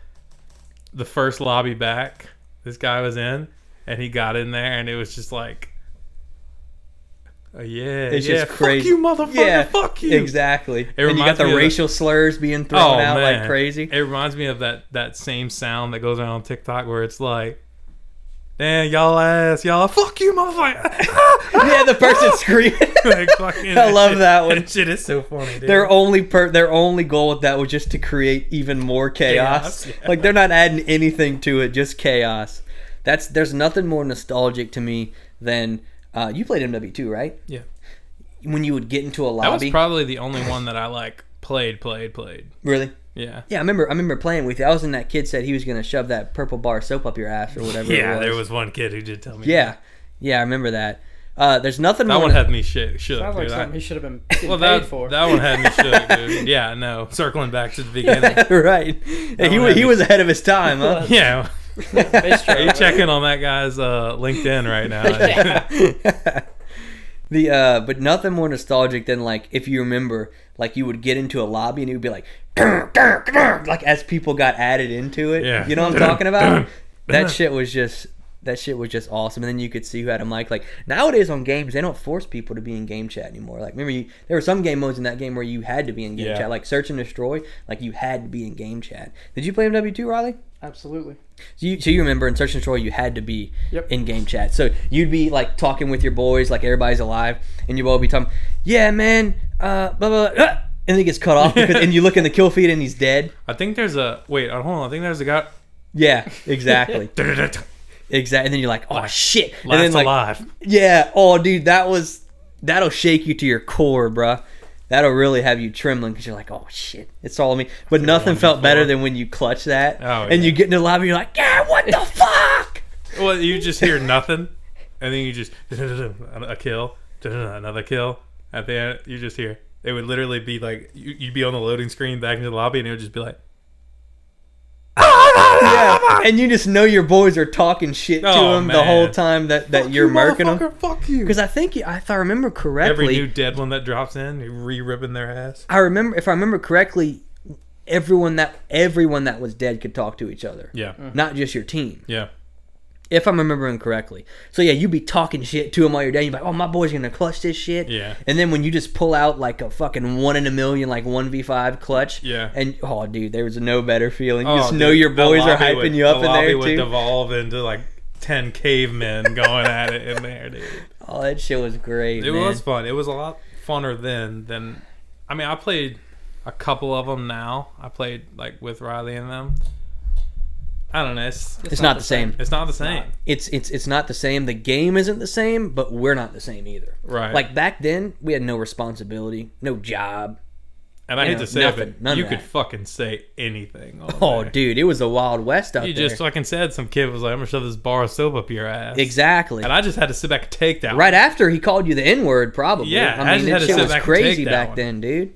the first lobby back. This guy was in, and he got in there, and it was just like, oh, yeah,
It's
yeah,
just crazy.
fuck you, motherfucker,
Yeah,
fuck you.
Exactly. and you got
reminds
the
me of the-
racial slurs being thrown
Oh,
out
man.
like crazy.
It reminds me of that that same sound that goes around on TikTok where it's like, damn y'all ass, y'all fuck you, motherfucker. Ah!
yeah, the person screaming.
Like, fucking-
I love that one.
That shit is so funny. Dude.
Their only per- their only goal with that was just to create even more chaos.
Chaos, yeah.
Like they're not adding anything to it, just chaos. That's there's nothing more nostalgic to me than uh, you played MW two, right?
Yeah.
When you would get into a
That was
lobby,
probably the only one that I like played, played, played.
really.
Yeah.
Yeah, I remember. I remember playing with you. I was in that kid said he was gonna shove that purple bar of soap up your ass or whatever. it was.
one kid who did tell me.
Yeah, yeah, I remember that. Uh, there's nothing
That
more.
one had me shook. shook
Sounds like
dude. I-
something he should have been getting
well,
paid
that,
for.
that one had me shook, dude. Yeah, no. Circling back to the beginning.
right.
That
he
one
wa-
had
he
me-
was ahead of his time, huh?
yeah.
Face
Are you
drive.
checking on that guy's uh, LinkedIn right now?
the uh but nothing more nostalgic than like if you remember like you would get into a lobby and it would be like "Grr, grr, grr," like as people got added into it
Yeah.
you know what i'm talking about that shit was just that shit was just awesome and then you could see who had a mic like nowadays on games they don't force people to be in game chat anymore like remember you, there were some game modes in that game where you had to be in game
Yeah.
chat like search and destroy like you had to be in game chat did you play mw2 riley
Absolutely.
so you, so you remember in Search and Destroy, you had to be
Yep.
in game chat. So you'd be like talking with your boys, like everybody's alive, and you'd all be talking, "Yeah, man, uh, blah blah,", blah ah," and then it gets cut off, because, and you look in the kill feed and he's dead.
I think there's a. Wait, hold on. I think there's a guy.
Yeah, exactly,
Last
exactly. And then you're like, "Oh shit!" And then like,
alive.
yeah, oh dude, that was that'll shake you to your core, bruh. that'll really have you trembling because you're like, oh shit, it's all me. But nothing felt better than when you clutch that
Oh,
and you
yeah.
get in the lobby. You're like, yeah, what the fuck?
Well, you just hear nothing, and then you just a kill, another kill. At the end, you just hear. It would literally be like you- you'd be on the loading screen back into the lobby, and it would just be like,
Yeah. And you just know your boys are talking shit to
Oh,
him the whole
man.
time that, that
"Fuck
you're
you,
murking them.
motherfucker, Fuck you.
Because I think, if I remember correctly,
Every new dead one that drops in, you're re-ripping their ass.
I remember if I remember correctly, everyone that everyone that was dead could talk to each other.
Yeah,
Not just your team,
yeah.
if I'm remembering correctly. So yeah, you be talking shit to him all your day. You're like, "Oh, my boy's gonna clutch this shit."
Yeah.
And then when you just pull out like a fucking one in a million, like one v five clutch.
Yeah.
And oh, dude, there was no better feeling. You
Oh,
just know
dude,
your
the
boys are
lobby
hyping
would-
you up
the
in
lobby
there
would
too.
devolve into like ten cavemen going at it in there, dude.
oh, that shit was great.
It
man.
was fun. It was a lot funner then than. I mean, I played a couple of them. Now I played like with Riley and them. I don't know. It's
It's not the same.
it's not the same,
It's it's it's not the same. The game isn't the same, but we're not the same either.
right?
Like back then, we had no responsibility, no job.
and I
you
hate
know,
to say
nothing,
it,
none
but
of
you could
that.
fucking say anything. all
Oh,
day.
dude, it was the Wild West out
You
there.
just fucking said some kid was like, "I'm gonna shove this bar of soap up your ass."
exactly.
And I just had to sit back and take that.
right after he called you the N word, probably.
Yeah, I
I
just
mean
had
that
to
shit
sit
was
back and
crazy
take that
back
one.
then, dude.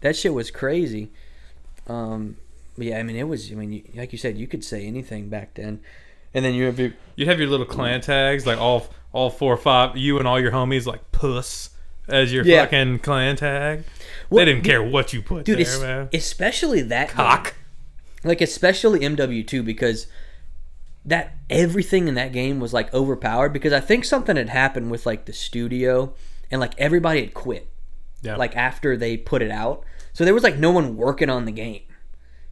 That shit was crazy. Um, but yeah, I mean it was. I mean, you, like you said, you could say anything back then, and then you have your
You'd have your little clan tags, like all all four or five, you and all your homies, like puss as your
Yeah.
fucking clan tag.
Well,
they didn't care what you put
dude,
there,
es-
man.
especially that game.
Cock.
like especially MW2 because that everything in that game was like overpowered because I think something had happened with like the studio and like everybody had quit.
Yeah.
Like after they put it out. So there was like no one working on the game.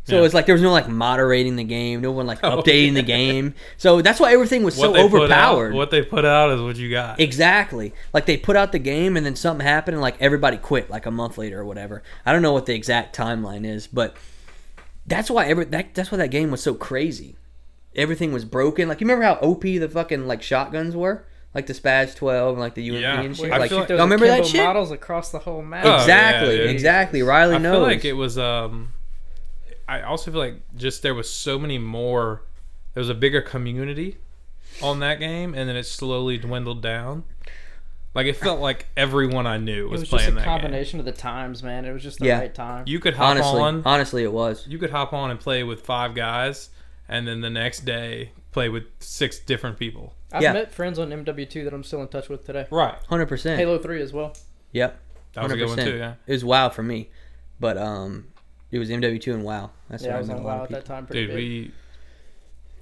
So
Yeah.
it was like there was no like moderating the game, no one like updating the game. So that's why everything was so
Put
overpowered.
out, what they put out is what you got.
Exactly. Like they put out the game and then something happened and like everybody quit like a month later or whatever. I don't know what the exact timeline is, but that's why every that that's why that game was so crazy. Everything was broken. Like you remember how OP the fucking like shotguns were? Like the Spaz 12 and like the UMP
Yeah.
and shit.
I
like
feel
y'all
like-
Those
remember that
akimbo
shit?
models across the whole map.
Oh,
exactly.
yeah, dude.
exactly. Riley
I
knows.
feel like it was. um I also feel like just there was so many more. There was a bigger community on that game, and then it slowly dwindled down. Like it felt like everyone I knew
It
was,
was just
playing
a
that game.
combination of the times, man. It was just the
Yeah.
right time.
You could hop
honestly,
on.
honestly it was.
you could hop on and play with five guys and then the next day play with six different people
I've
yeah.
met friends on MW2 that I'm still in touch with today.
right
100%.
Halo 3 as well.
Yep.
that was a good one too yeah
It was WoW for me. But um it was MW2 and WoW. That's
Yeah,
what
I
I
was
meant
on
a lot
WoW
of
at
people.
that time. Pretty
dude
big.
we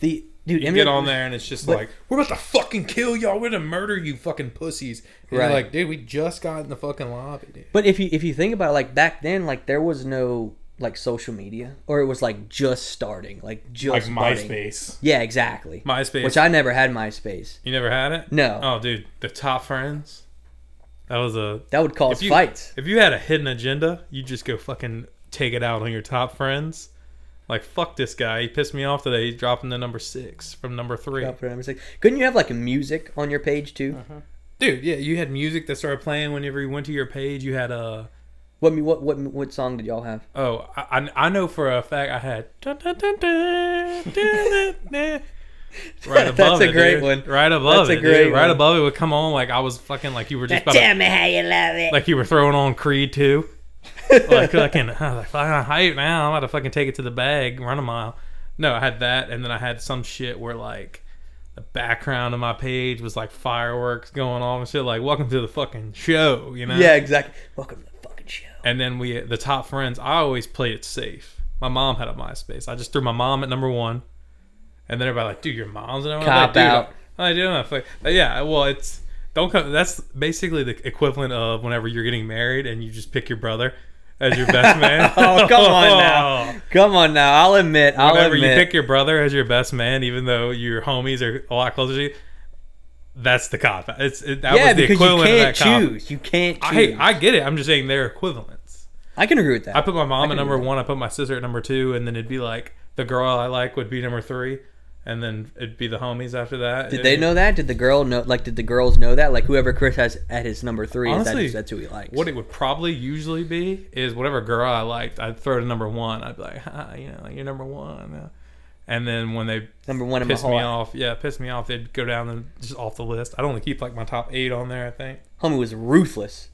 The dude,
you
MW
get on there and it's just
but-
like we're about to fucking kill y'all we're gonna murder you fucking pussies and
Right.
you're like dude we just got in the fucking lobby dude
But if you if you think about it, like back then, like there was no like social media, or it was like just starting, like just budding. Yeah, exactly.
myspace
Which I never had MySpace.
you never had it
No.
oh dude the top friends that was a
That would cause
If you-
fights.
if you had a hidden agenda you just go fucking take it out on your top friends like fuck this guy he pissed me off today he's dropping the number six from number three
Up for number six. Couldn't you have like music on your page too?
Uh-huh. Dude, yeah, you had music that started playing whenever you went to your page. You had uh, a
What mu- what what what song did y'all have?
uh, oh, I, I- I know for a fact I had dun, dun, dun, dun, dun, dun, right above
That's a
it,
great
dude.
one.
Right above
That's a
it,
great
dude. Right
one.
above it would come on like I was fucking like you were just about to,
me how you love it.
like you were throwing on Creed too. like fucking, I was like fucking hype now. I'm about to fucking take it to the bag, run a mile. No, I had that, and then I had some shit where like the background of my page was like fireworks going on and shit. Like welcome to the fucking show, you know?
yeah, exactly. Welcome to the fucking show.
And then we, the top friends, I always played it safe. My mom had a MySpace. I just threw my mom at number one. And then everybody like, dude, your mom's at number one. I'm
Cop
like, dude,
out.
I, I do. I'm like, yeah, well, it's, don't come, that's basically the equivalent of whenever you're getting married and you just pick your brother as your best man.
Oh, come on now. Come on now. I'll admit. I'll
Whenever you
admit.
pick your brother as your best man, even though your homies are a lot closer to you, that's the cop. out. It's, it, that
yeah,
was the
because you
equivalent
can't
of that cop.
choose. You can't
I,
choose. I,
I get it. I'm just saying they're equivalents.
can agree with that.
I put my mom at
can
number
do that.
one. I put my sister at number two, and then it'd be like the girl I like would be number three, and then it'd be the homies after that.
Did they know that? Did the girl know? Like, did the girls know that? Like, whoever Chris has at his number three,
Honestly,
is that, that's who he likes.
What it would probably usually be is whatever girl I liked, I'd throw to number one. I'd be like, ha, you know, you're number one. uh, And then when they
number one in my
piss
whole
me
life.
off, yeah, piss me off, they'd go down and just off the list. I'd only keep like my top eight on there, I think.
homie was ruthless.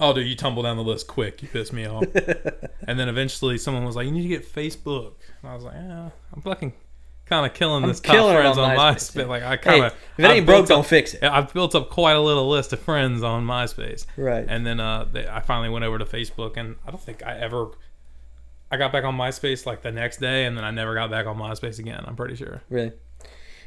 Oh, dude, you tumble down the list quick. You piss me off. and then eventually someone was like, you need to get Facebook. And I was like, yeah, I'm fucking kind of killing this top
killing it
friends
on
on
MySpace,
MySpace.
yeah.
Like, I
Hey,
kind of.
if it ain't broke, don't fix it.
Yeah, I've built up quite a little list of friends on MySpace.
Right.
And then uh, they, I finally went over to Facebook, and I don't think I ever. I got back on MySpace like the next day, and then I never got back on MySpace again. I'm pretty sure.
Really,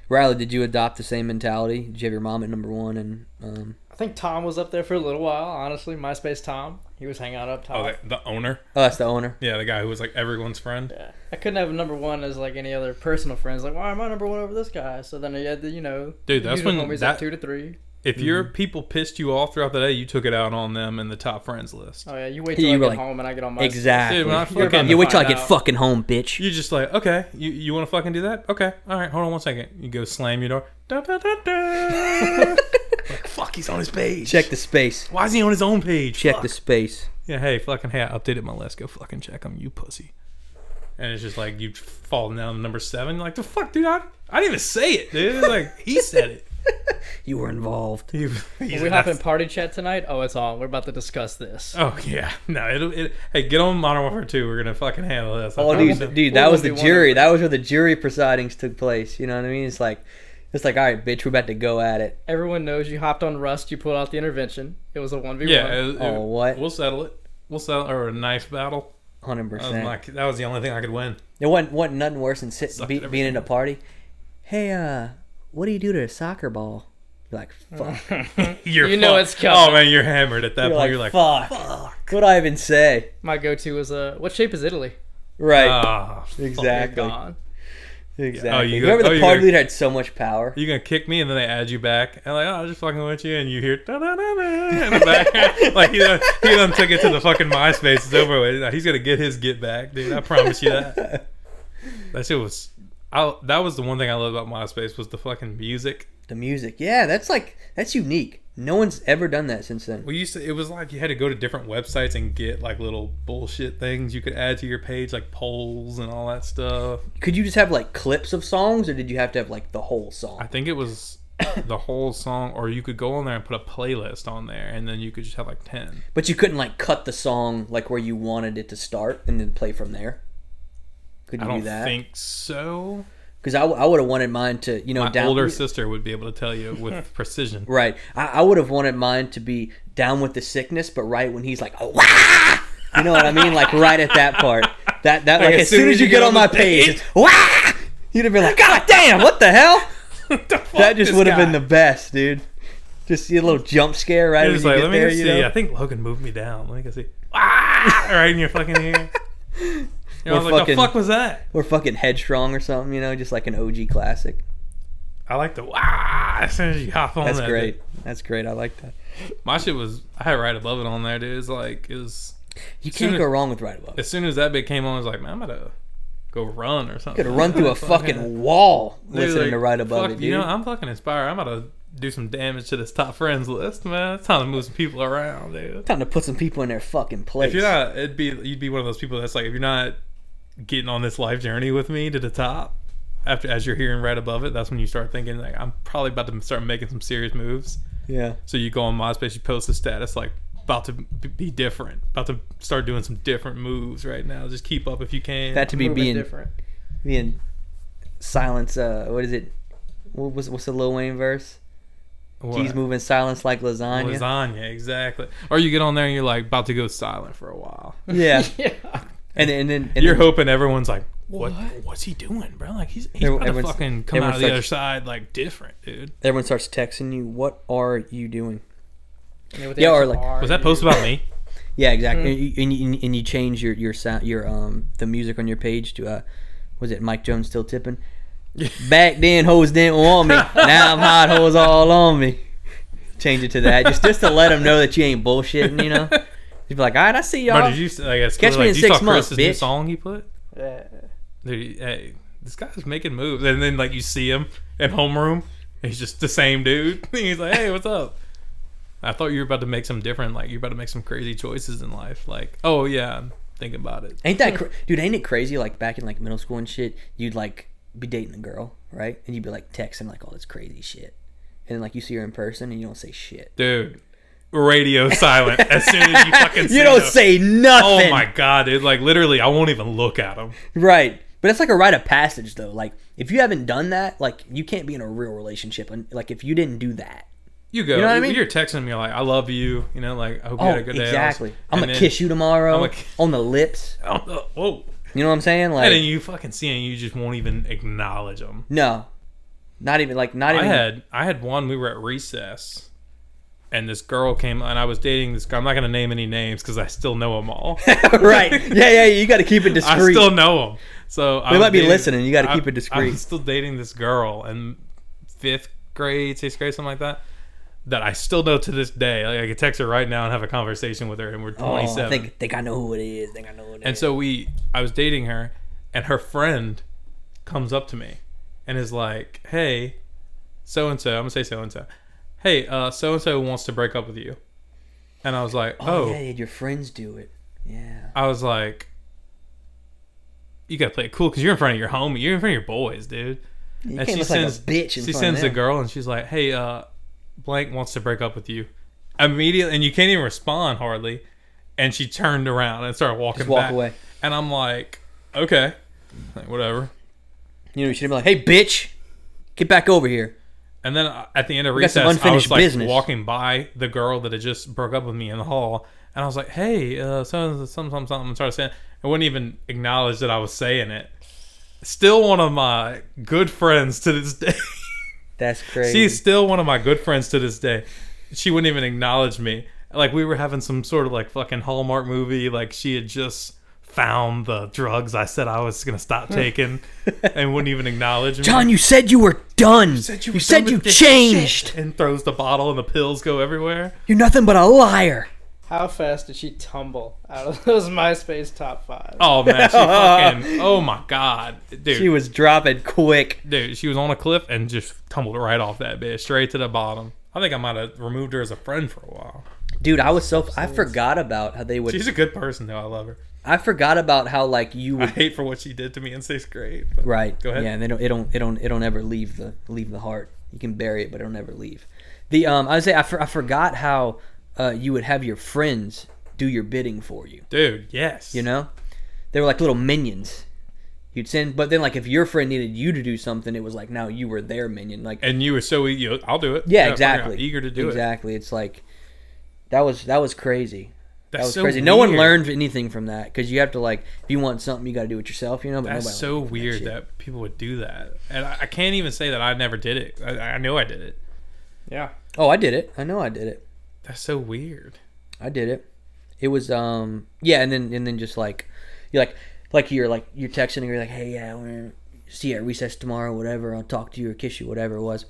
Riley, did you adopt the same mentality? Did you have your mom at number one? And um,
I think Tom was up there for a little while. Honestly, MySpace Tom, he was hanging out up top.
Oh, the, the owner.
oh, that's the owner.
Yeah, the guy who was like everyone's friend.
Yeah. I couldn't have number one as like any other personal friends. Like, why am I number one over this guy? So then I had to, you know,
Dude, that's
usual
when
homies
that-
at two to three.
If
Mm-hmm.
your people pissed you off throughout the day, you took it out on them in the top friends list.
Oh yeah, you wait
Yeah,
till
you
I
were
get
like-
home and I get on my
Exactly.
Dude, when I
You're about
fucking,
to
you wait till I
find
get
out.
fucking home, bitch.
you just like okay, you you want to fucking do that? Okay, all right, hold on one second. You go slam your door. Da, da, da, da. like fuck, he's on his page.
Check the space.
Why is he on his own page?
Check
Fuck.
the space.
Yeah, hey, fucking hey, I updated my list. Go fucking check them, you pussy. And it's just like you falling down to number seven. You're like the fuck, dude. I, I didn't even say it, dude. It's like he said it.
You were involved.
He-
When
he's
we hop in
nuts.
party chat tonight. Oh, it's on. We're about to discuss this.
Oh yeah, no. It'll, it, hey, get on Modern Warfare Two. We're gonna fucking handle this. I
Oh,
promise
dude,
you.
dude, that
What
was
would
the
be
jury.
wonderful?
That was where the jury proceedings took place. You know what I mean? It's like, it's like, all right, bitch, we're about to go at it.
Everyone knows you hopped on Rust. You pulled out the intervention. It was a one v one.
Yeah. it- it-
Oh, what?
We'll settle it. We'll settle or a knife battle.
Hundred
That was, my,
percent.
that was the only thing I could win.
It wasn't, wasn't nothing worse than sit,
Sucked
be,
everything
being in a
up.
party. Hey, uh, what do you do to a soccer ball? You're like, fuck.
You're
You know
fucked.
it's coming.
Oh man, you're hammered at that
You're
point.
like,
you're like,
fuck. What'd I even say?
My go to was uh, what shape is Italy?
Right.
ah, fuck.
exactly.
Gone.
Exactly.
Oh, you go-
Remember
oh,
the
you
party
go-
leader had so much power.
you gonna kick me and then they add you back and like oh I was just fucking with you and you hear da da da da in the back like he done, he done took it to the fucking MySpace it's over with Now, he's gonna get his get back dude I promise you that that shit was I that was the one thing I loved about MySpace was the fucking music
The music. Yeah, that's like that's unique. No one's ever done that since then.
we used to it was like you had to go to different websites and get like little bullshit things you could add to your page like polls and all that stuff
Could you just have like clips of songs, or did you have to have like the whole
I
song?
think it was the whole song or you could go on there and put a playlist on there and then you could just have like ten
But you couldn't like cut the song like where you wanted it to start and then play from there. Could you
I don't
do that?
think so.
Because I, w- I would have wanted mine to you know
My
down
older sister would be able to tell you with precision.
right. I, I would have wanted mine to be down with the sickness, but right when he's like, oh, wah! you know what I mean? Like right at that part. That that like, as soon as you get on my
the
page,
page.
it's, wah! you'd have been like, god damn, what the hell? that just would have been the best, dude. Just see a little jump scare right
It
as
was
you
like,
get
let me
there,
go
you
see.
know.
I think Logan moved me down. Let me go see. Ah! right in your fucking ear. You know, I
We're
was like,
fucking-
the fuck was that?
Or fucking headstrong or something, you know, just like an OG classic.
I like the ah as soon as you hop on.
That's
that,
great.
dude.
That's great. I like that.
My shit was I had right above it on there, dude. It's like it was
You
soon
can't
as-
go wrong with right above.
as soon as that bit came on, I was like, man, I'm gonna go run or something.
Could run through a fucking wall
Dude,
listening
like,
to right above
fuck,
it, dude.
You know, I'm fucking inspired. I'm gonna do some damage to this top friends list, man. It's time to move some people around, dude.
Time to put some people in their fucking place.
If you're not, it'd be you'd be one of those people that's like, if you're not getting on this life journey with me to the top, after as you're hearing right above it, that's when you start thinking like, I'm probably about to start making some serious moves.
yeah.
So you go on MySpace, you post a status like, about to b- be different, about to start doing some different moves right now. Just keep up if you can.
That to be
Moving
being
different.
being silence. Uh, what is it? What was what's the Lil Wayne verse?
What?
He's moving silence like lasagna.
Lasagna, exactly. Or you get on there and you're like about to go silent for a while.
Yeah,
Yeah.
and then and then and
You're
then,
hoping everyone's like, what? What's he doing, bro? Like he's he's about to
Everyone's-
fucking come out of the
everyone's
other
like-
side like different, dude.
everyone starts texting you. What are you doing?
You know, with
Yeah, or
extra
like-
R,
Was that
you-
post about me?
Yeah, exactly. And, you, and, you, and you change your your sound, your um the music on your page to uh, was it Mike Jones still tipping? Back then, hoes didn't want me. Now I'm hot, hoes all on me. Change it to that just just to let them know that you ain't bullshitting. You know, you'd be like, all right, I see y'all.
Bro, did you? I guess
Catch me
like,
in
you
six
saw
months,
Chris's new
bitch.
song he put.
Yeah.
Dude, hey, this guy's making moves, and then like you see him in homeroom, and he's just the same dude. he's like, hey, what's up? I thought you were about to make some different, like you're about to make some crazy choices in life. Like, oh yeah, I'm thinking about it.
Ain't that, cra- dude? Ain't it crazy? Like back in like middle school and shit, you'd like be dating a girl, right? And you'd be like texting like all this crazy shit, and then like you see her in person and you don't say shit.
dude. Radio silent as soon as you fucking. see
you don't
them.
say nothing.
Oh my god, dude! Like literally, I won't even look at him.
Right. But it's like a rite of passage, though. Like, if you haven't done that, like, you can't be in a real relationship. And, like, if you didn't do that,
You go.
You
You
know what I mean?
are texting me like, "I love you." You know, like, "I hope you
oh,
had a good day."
exactly. I'm
And
gonna
then-
kiss you tomorrow
I'ma ki-
on the lips.
Oh, uh, whoa!
You know what I'm saying? Like,
And then you fucking see, and you just won't even acknowledge them.
no, not even like not
I
even.
had I had one. We were at recess, and this girl came, and I was dating this guy. I'm not gonna name any names because I still know them all.
right? Yeah, yeah. You got to keep it
I
discreet.
still know him. So I
They
was
might be listening. You gotta
I-
keep it discreet.
I'm still dating this girl in fifth grade, sixth grade, something like that. That I still know to this day. Like I could text her right now and have a conversation with her, and we're
Oh,
27.
I think think I know who it is. Think I know who it is.
and so we, I was dating her, and her friend comes up to me and is like, "Hey, so and so, I'm gonna say so and so. Hey, uh, so and so wants to break up with you." And I was like,
oh,
"Oh,
yeah, your friends do it. Yeah.
I was like, you gotta play it cool because you're in front of your homie, you're in front of your boys, dude.
You
and
can't
she
look
sends
like a bitch. In
she
front
sends
of
the
them.
girl and she's like, hey, uh, blank wants to break up with you immediately, and you can't even respond hardly. And she turned around and started walking
Just walk
back.
away.
And I'm like, okay, like, whatever.
You know, you should have been like, "Hey, bitch, get back over here."
And then uh, at the end of
got
recess,
some
I
unfinished
was like
business.
walking by the girl that had just broke up with me in the hall, and I was like, "Hey, uh, something, something, something, something." Started saying, I wouldn't even acknowledge that I was saying it. Still one of my good friends to this day.
That's crazy.
She's still one of my good friends to this day. She wouldn't even acknowledge me. Like we were having some sort of like fucking Hallmark movie. Like she had just found the drugs I said I was gonna stop taking, and wouldn't even acknowledge me.
John, you said you were done. You
said
said
you
you,
were done with this
changed.
and throws the bottle and the pills go everywhere.
You're nothing but a liar.
How fast did she tumble out of those MySpace top five?
Oh man, she fucking oh my god, dude,
She was dropping quick.
dude, she was on a cliff and just tumbled right off that bitch, straight to the bottom. I think I might have removed her as a friend for a while.
Dude, I was so I forgot about how they would
She's a good person though. I love her.
I forgot about how like you
I
would
hate for what she did to me in sixth grade. but-
Right.
Go ahead.
Yeah, and they don't it don't it don't it don't ever leave the leave the heart. You can bury it, but it'll never leave. The um I would say I, for, I forgot how uh, you would have your friends do your bidding for you.
dude. Yes.
You know, they were like little minions. You'd send, but then like if your friend needed you to do something, it was like now you were their minion. Like
And you were so eager. you know, I'll do it.
yeah,
fuck it,
exactly.
I'm Eager to do it.
Exactly. It's like that was that was crazy.
That's
That was
so
crazy. No one
weird.
learned anything from that because you have to like if you want something, you got to do it yourself. You know, but
That's
nobody
so
learned from
weird
shit.
that, people would do that, and I, I can't even say that I never did it. I, I know I did it.
Yeah.
oh, I did it. I know I did it.
That's so weird.
I did it. It was um yeah, and then and then just like you're like like you're like you're texting and you're like, hey yeah, we're gonna see you at recess tomorrow, whatever. I'll talk to you or kiss you, whatever it was.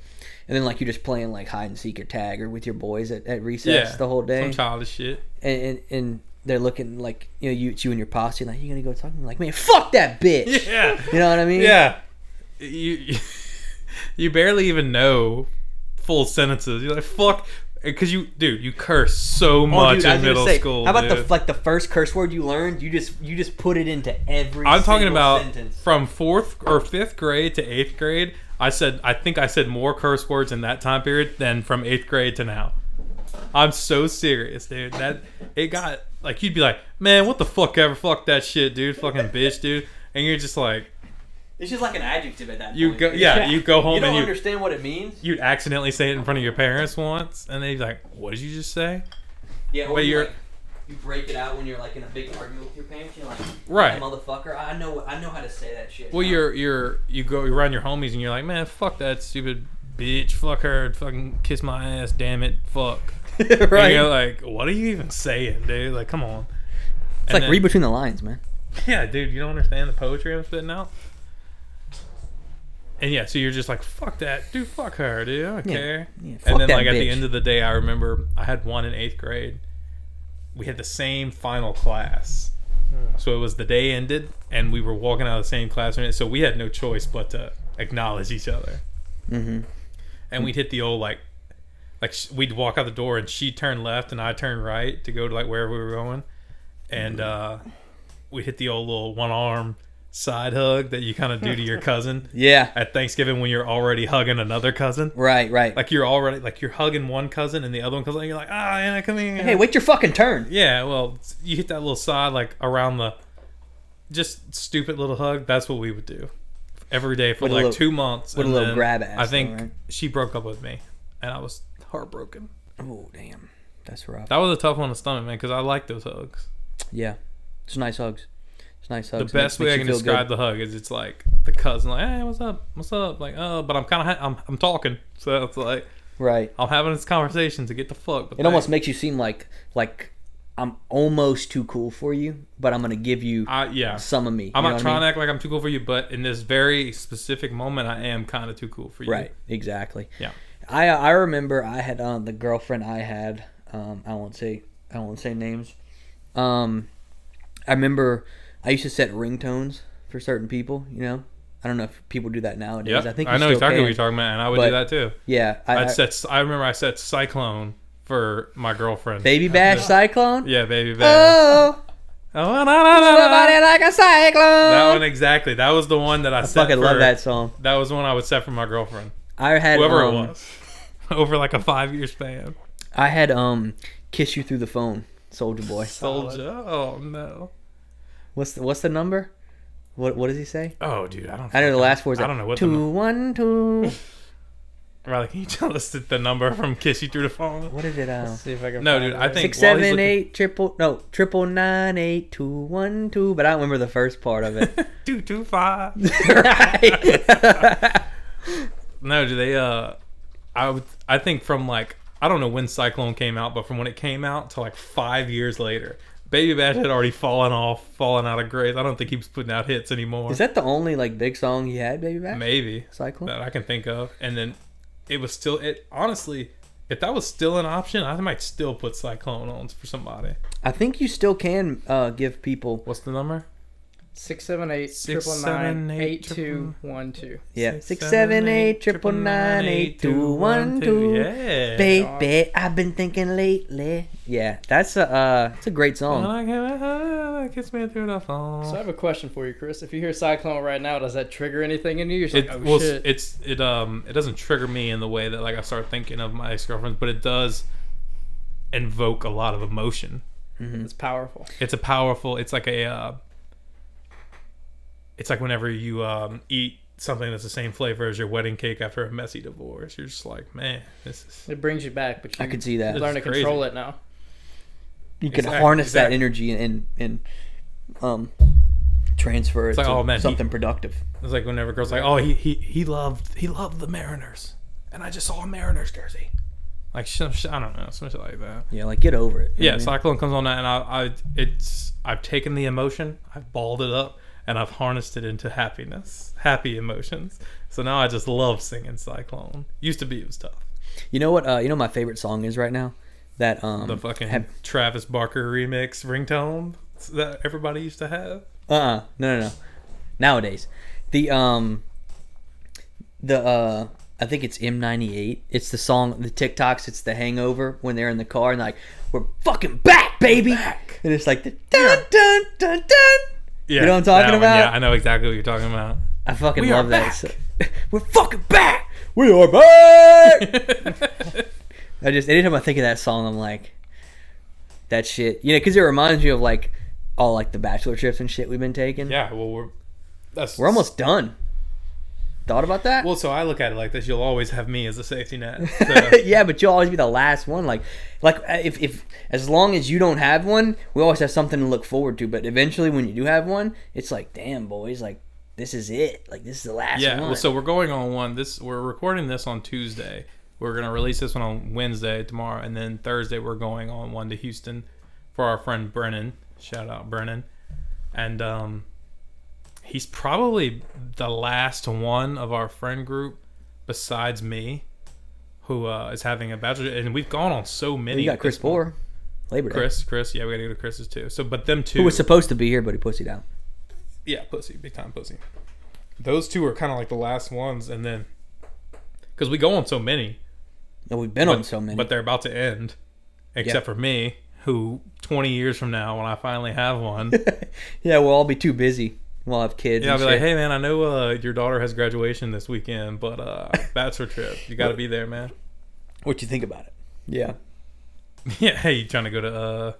And then like you're just playing like hide and seek or tag or with your boys at, at recess
yeah.
the whole day,
Some childish shit.
and, and and they're looking like you know you it's you and your posse and like you gonna go talk to them like man fuck that bitch.
Yeah.
You know what I mean?
Yeah. You you barely even know full sentences. You're like fuck because you dude, you curse so
Oh,
much
dude, I was
in
gonna
middle
say,
school.
How about
dude.
the like the first curse word you learned? You just you just put it into every.
I'm talking
single
about
sentence.
from fourth or fifth grade to eighth grade. I said I think I said more curse words in that time period than from eighth grade to now. I'm so serious, dude. That it got like you'd be like, man, what the fuck ever, fuck that shit, dude, fucking bitch, dude, and you're just like,
It's just like an adjective at that
You
point.
go-
It's-
yeah, you go home
You don't
and you-
understand what it means.
you'd accidentally say it in front of your parents once, and they'd be like, what did you just say?
Yeah, or
But
you,
you're-
like, you break it out when you're like in a big argument with your parents. You're like,
Right.
"Yeah, motherfucker, I know I know how to say that shit.
Well,
now."
you're you're you go you're around your homies and you're like, man, fuck that stupid bitch, fuck her, fucking kiss my ass, damn it, fuck. And you're
right.
like, what are you even saying, dude? Like, come on.
It's like read between the lines, man.
Yeah, dude, you don't understand the poetry I'm spitting out. And yeah, so you're just like, fuck that, dude, fuck her, dude, I don't
Yeah,
care.
yeah, fuck
and then
that
like at the
bitch.
end of the day, I remember I had one in eighth grade. We had the same final class, So it was the day ended, and we were walking out of the same classroom. So we had no choice but to acknowledge each other.
Mhm.
And we'd hit the old like, like sh- we'd walk out the door, and she turned left, and I turned right to go to like wherever we were going, and uh,
Mm-hmm.
we hit the old little one arm side hug that you kind of do to your cousin
Yeah.
at Thanksgiving when you're already hugging another cousin.
Right, right.
Like you're already like you're hugging one cousin and the other one comes and you're like, ah, Anna, come here.
hey, wait your fucking turn.
Yeah, well, you hit that little side like around the just stupid little hug. That's what we would do every day for
With a
like
little-
two months.
with a
and
little
then
grab ass
I think
thing, right?
she broke up with me, and I was heartbroken.
Oh, damn. That's rough.
That was a tough one to stomach, man, because I like those hugs.
Yeah. It's nice hugs. It's nice
The
hugs.
best way I can describe the hug is it's like the cousin, like, hey, what's up, what's up, like, oh, but I'm kind of ha- I'm I'm talking, so it's like
the Right.
I'm having this conversation to get the fuck. But
It almost makes you seem like like I'm almost too cool for you, but I'm gonna give you
I, yeah.
some of me.
I'm
You
not
know what I
trying
mean?
to act like I'm too cool for you, but in this very specific moment, I am kind of too cool for you.
Right. Exactly.
Yeah.
I I remember I had um, the girlfriend I had. Um, I won't say I won't say names. Um, I remember I used to set ringtones for certain people. You know, I don't know if people do that nowadays.
Yeah,
I think
I
you
know
still
exactly
can.
what you're talking about, and I would
But-
do that too.
Yeah, I,
I'd
I-
set. I remember I set Cyclone for my girlfriend.
baby bash cyclone.
Yeah, baby bash.
Oh,
Oh, na, na, na, na.
somebody like a cyclone.
That one exactly. That was the one that I,
I
set.
fucking
for,
love that song.
That was the one I would set for my girlfriend,
I had
whoever
um,
it was, over like a five year span.
I had um, kiss you through the phone, Soldier Boy.
Soldier. Oh no.
What's the, what's the number? What what does he say?
Oh, dude, I don't.
I know the last words.
I don't know what the
two one two.
Riley, can you tell us the- the number from Kiss You Through the Phone?
What is it? Uh,
Let's see if I can.
No,
find
dude,
it.
I think
six
while he's
seven
looking-
eight triple no triple nine eight two one two. But I don't remember the first part of it.
Two two five.
right.
No, do they? Uh, I would. I think from like I don't know when Cyclone came out, but from when it came out to like five years later, Baby Bash had already fallen off, fallen out of grace. I don't think he was putting out hits anymore.
is that the only like big song he had, Baby Back?
maybe
Cyclone.
that I can think of? And then it was still. It honestly, if that was still an option, I might still put Cyclone on for somebody.
I think you still can uh, give people.
What's the number?
six seven eight
Six,
triple nine
seven, eight,
eight two
triple-
one two.
Yeah, six seven eight triple nine eight two one two.
Yeah.
Baby, I've been thinking lately. Yeah, that's a uh, it's a great
When
song.
I came out, Kiss me through the phone.
So I have a question for you, Chris. If you hear Cyclone right now, does that trigger anything in you? You're just
it
like, oh
well,
shit.
it's it um it doesn't trigger me in the way that like I start thinking of my ex girlfriends, but it does invoke a lot of emotion.
it's powerful.
It's a powerful. It's like a. Uh, it's like whenever you um eat something that's the same flavor as your wedding cake after a messy divorce, you're just like, man, this is.
It brings you back, but you
I could see that.
It's
learn to
crazy.
control it now.
you can
Exact-
harness that
exact.
energy and and um transfer it
like,
to
oh, man, he-
something productive.
It's like whenever girls like, oh, he he he loved he loved the Mariners, and I just saw a Mariners jersey, like some sh- I don't know, some shit like that.
Yeah, like get over it. you know
Yeah,
what I mean?
Cyclone comes on that, and I, I, it's, I've taken the emotion, I've balled it up, and I've harnessed it into happiness, happy emotions. So now I just love singing Cyclone. Used to be it was tough.
you know what? Uh, you know my favorite song is right now that um
The fucking
have-
Travis Barker remix ringtone that everybody used to have.
uh-uh no no no nowadays the um the uh I think it's M98. It's the song, the TikToks. It's the Hangover when they're in the car and like we're fucking back, baby. And it's like the dun dun dun dun.
Yeah,
know what I'm talking
that one.
about?
Yeah, I know exactly what you're talking about.
I fucking
We are
love that.
back.
So, we're fucking back. We are back. I just anytime I think of that song, I'm like, that shit. You know, because it reminds you of like all like the bachelor trips and shit we've been taking.
yeah, well we're that's
we're almost done. Thought about that?
well. So I look at it like this: you'll always have me as a safety net. So,
yeah, but you'll always be the last one. Like, like uh, if if as long as you don't have one, we always have something to look forward to. But eventually, when you do have one, it's like, damn, boys, like this is it. Like this is the last
yeah,
one.
well, so we're going on one. This we're recording this on Tuesday. We're gonna release this one on Wednesday tomorrow, and then Thursday we're going on one to Houston for our friend Brennan. Shout out Brennan, and um, he's probably the last one of our friend group besides me who uh, is having a bachelor. And we've gone on so many.
you got
at
Chris
this point.
Bohr. Labor Day.
Chris, Chris, yeah, we gotta go to Chris's too. So, but them two,
Who was supposed to be here, but he pussied out.
yeah, pussy, big time pussy. Those two are kind of like the last ones, and then because we go on so many,
No, we've been on so many.
but they're about to end, except for me, who twenty years from now, when I finally have one,
yeah, we'll all be too busy. We'll have kids.
yeah, I'll
and
be like,
shit.
hey man, I know uh, your daughter has graduation this weekend, but uh, bachelor trip, you gotta be there, man.
what you think about it? Yeah.
yeah, hey, you trying to go to uh,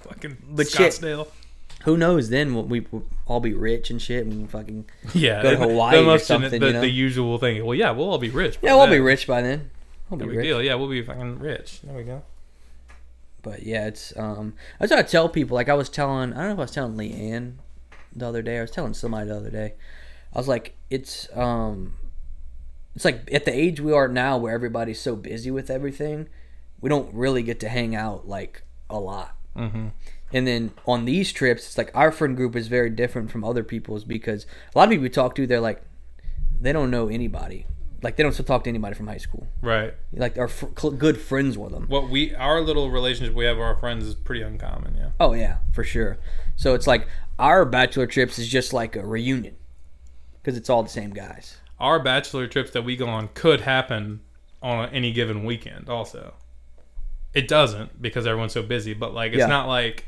fucking
But shit.
Scottsdale?
Who knows? Then we'll, we, we'll all be rich and shit, and fucking
Yeah,
Go to
they- they
Hawaii or
must- and
something,
The,
you know?
the usual thing. Well, yeah, we'll all be rich. by
yeah, we'll be
then.
rich by then. We'll be
No big
rich.
deal. Yeah, we'll be fucking rich. There we go.
But yeah, it's um. I try to tell people like I was telling. I don't know if I was telling Leanne the other day. I was telling somebody the other day. I was like, it's um, it's like at the age we are now, where everybody's so busy with everything, we don't really get to hang out like a lot.
Mm-hmm.
And then on these trips, it's like our friend group is very different from other people's because a lot of people we talk to, they're like, they don't know anybody. Like they don't still talk to anybody from high school.
Right.
Like our fr- cl- good friends with them.
What we our little relationship we have with our friends is pretty uncommon. Yeah.
Oh yeah, for sure. So it's like our bachelor trips is just like a reunion because it's all the same guys.
Our bachelor trips that we go on could happen on any given weekend. Also, it doesn't because everyone's so busy. But like, it's
Yeah.
not like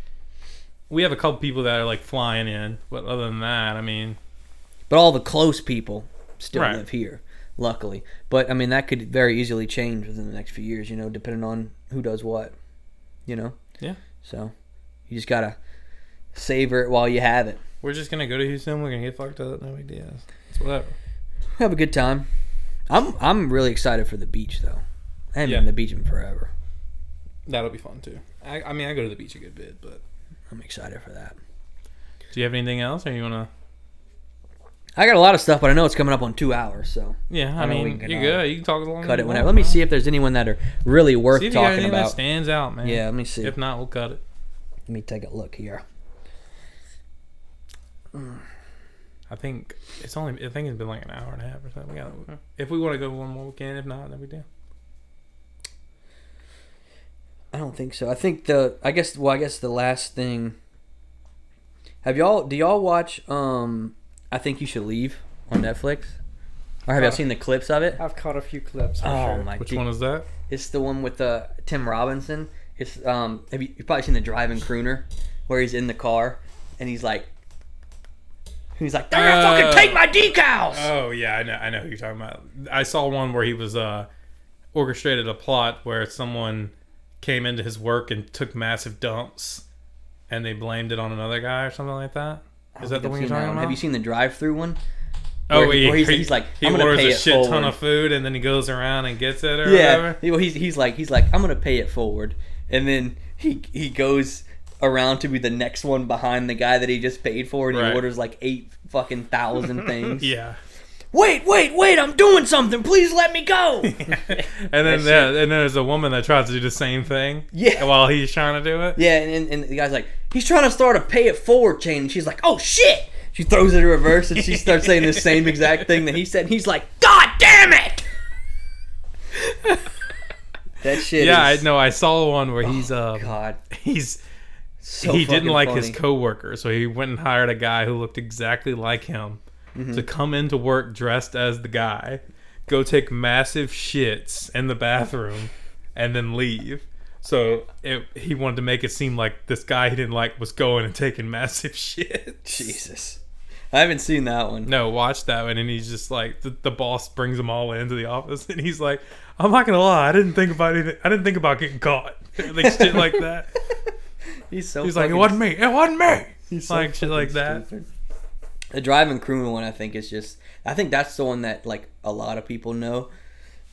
we have a couple people that are like flying in. But other than that, I mean,
But all the close people still
Right.
live here, luckily. But I mean that could very easily change within the next few years, you know, depending on who does what, you know.
Yeah.
So you just gotta savor it while you have it.
we're just gonna go to Houston. We're gonna get fucked up. No big deal. It's whatever.
Have a good time. I'm I'm really excited for the beach though. I haven't
Yeah.
been to the beach in forever.
That'll be fun too. I, I mean, I go to the beach a good bit, but
I'm excited for that.
do you have anything else, or you wanna?
I got a lot of stuff, but I know it's coming up on two hours, so
Yeah, I,
I know we
mean,
can,
you're
uh,
good. You can talk as long. as
cut
you
it whenever.
want,
Let me
man.
see if there's anyone that are really worth
See if you got
talking
anything that
about.
stands out, man.
Yeah, let me see.
If not, we'll cut it.
Let me take a look here.
I think it's only. I think it's been like an hour and a half or something. We got. If we want to go one more, we can. If not, then we do.
I don't think so. I think the I guess well I guess the last thing. Have y'all do y'all watch um I think you should leave on Netflix? Or have y'all
Uh,
seen the clips of it?
I've caught a few clips. For
Oh
sure.
my
Which
god.
one is that?
It's the one with uh, Tim Robinson. It's um, have you you've probably seen the driving crooner, where he's in the car and he's like, he's like, they're gonna
Oh.
fucking take my decals.
Oh yeah, I know. I know who you're talking about. I saw one where he was uh orchestrated a plot where someone came into his work and took massive dumps, and they blamed it on another guy or something like that.
I don't
Is that
think
the
I've
one you're
seen that
talking
one.
about?
Have you seen the drive-through one?
oh,
where-
he-
where he's-
he-
he's like,
he
"I'm gonna
orders
pay
a
it
shit ton
forward."
of food, and then he goes around and gets it or
Yeah.
whatever.
Well, he's he's like he's like I'm gonna pay it forward, and then he he goes around to be the next one behind the guy that he just paid for, and
Right.
he orders like eight fucking thousand things.
Yeah.
Wait, wait, wait! I'm doing something. Please let me go.
And then
That's
there, and then there's a woman that tries to do the same thing.
Yeah.
While he's trying to do it.
Yeah, and, and, and the guy's like, he's trying to start a pay it forward chain. And she's like, oh shit! She throws it in reverse and she starts saying the same exact thing that he said. And he's like, God damn it! that shit
Yeah, I
is. Oh,
know. I saw one where he's uh
God.
he's
So
he didn't
fucking
like
funny.
his coworker, so he went and hired a guy who looked exactly like him
Mm-hmm.
to come into work dressed as the guy, go take massive shits in the bathroom, and then leave. So it, he wanted to make it seem like this guy he didn't like was going and taking massive shits.
Jesus. I haven't seen that one.
No, watch that one, and he's just like the, the boss brings them all into the office, and he's like, "I'm not gonna lie, I didn't think about anything. I didn't think about getting caught, like shit like that."
He's so
He's like, "It
fucking-
wasn't me. It wasn't me."
he's so
like shit
fucking
like that.
stupid. The driving crew one, I think, is just. I think that's the one that like a lot of people know.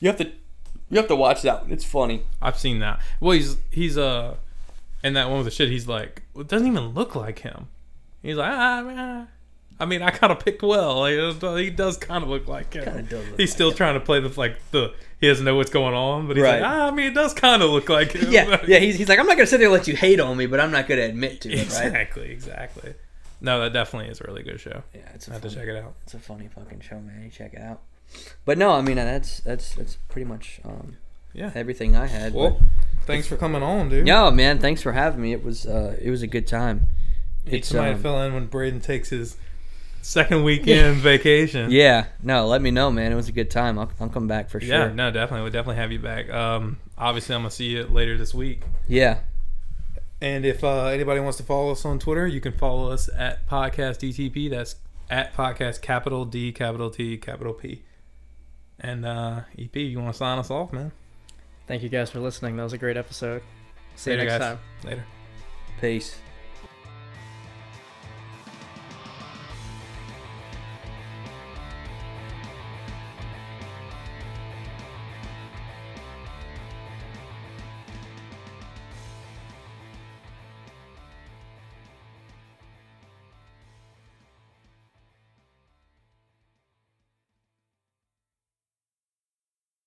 You have to, you have to watch that one. It's funny.
I've seen that. Well, he's he's uh, and that one with the shit. He's like, well, it doesn't even look like him. He's like, ah, ah. I mean, I kind of picked well. Like, it does- He does kind of look like him.
Kinda does look
he's
like
still trying to play the like the he doesn't know what's going on, but he's
Right.
like, ah, I mean, it does kind of look like him.
yeah, yeah. He's, he's like, I'm not gonna sit there and let you hate on me, but I'm not gonna admit to it, right?
exactly, exactly. No, that definitely is a really good show.
Yeah, it's
I
a
have to
funny,
check it out.
it's a funny fucking show, man. You check it out. uh, But no, I mean that's that's that's pretty much um,
Yeah.
everything I had.
Well,
but
thanks for coming on, dude.
Yo, man, thanks for having me. It was uh, it was a good time.
Need
It's,
somebody to
um,
fill in when Braden takes his second weekend vacation.
Yeah, no, let me know, man. It was a good time. I'll, I'll come back for sure.
Yeah, no, definitely. We'll definitely have you back. Um, obviously, I'm going to see you later this week.
yeah.
And if uh, anybody wants to follow us on Twitter, you can follow us at Podcast DTP. That's at Podcast Capital D, Capital T, Capital P. And uh, EP, you want to sign us off, man?
Thank you guys for listening. That was a great episode. See you
Later,
next
guys.
time.
Later.
Peace.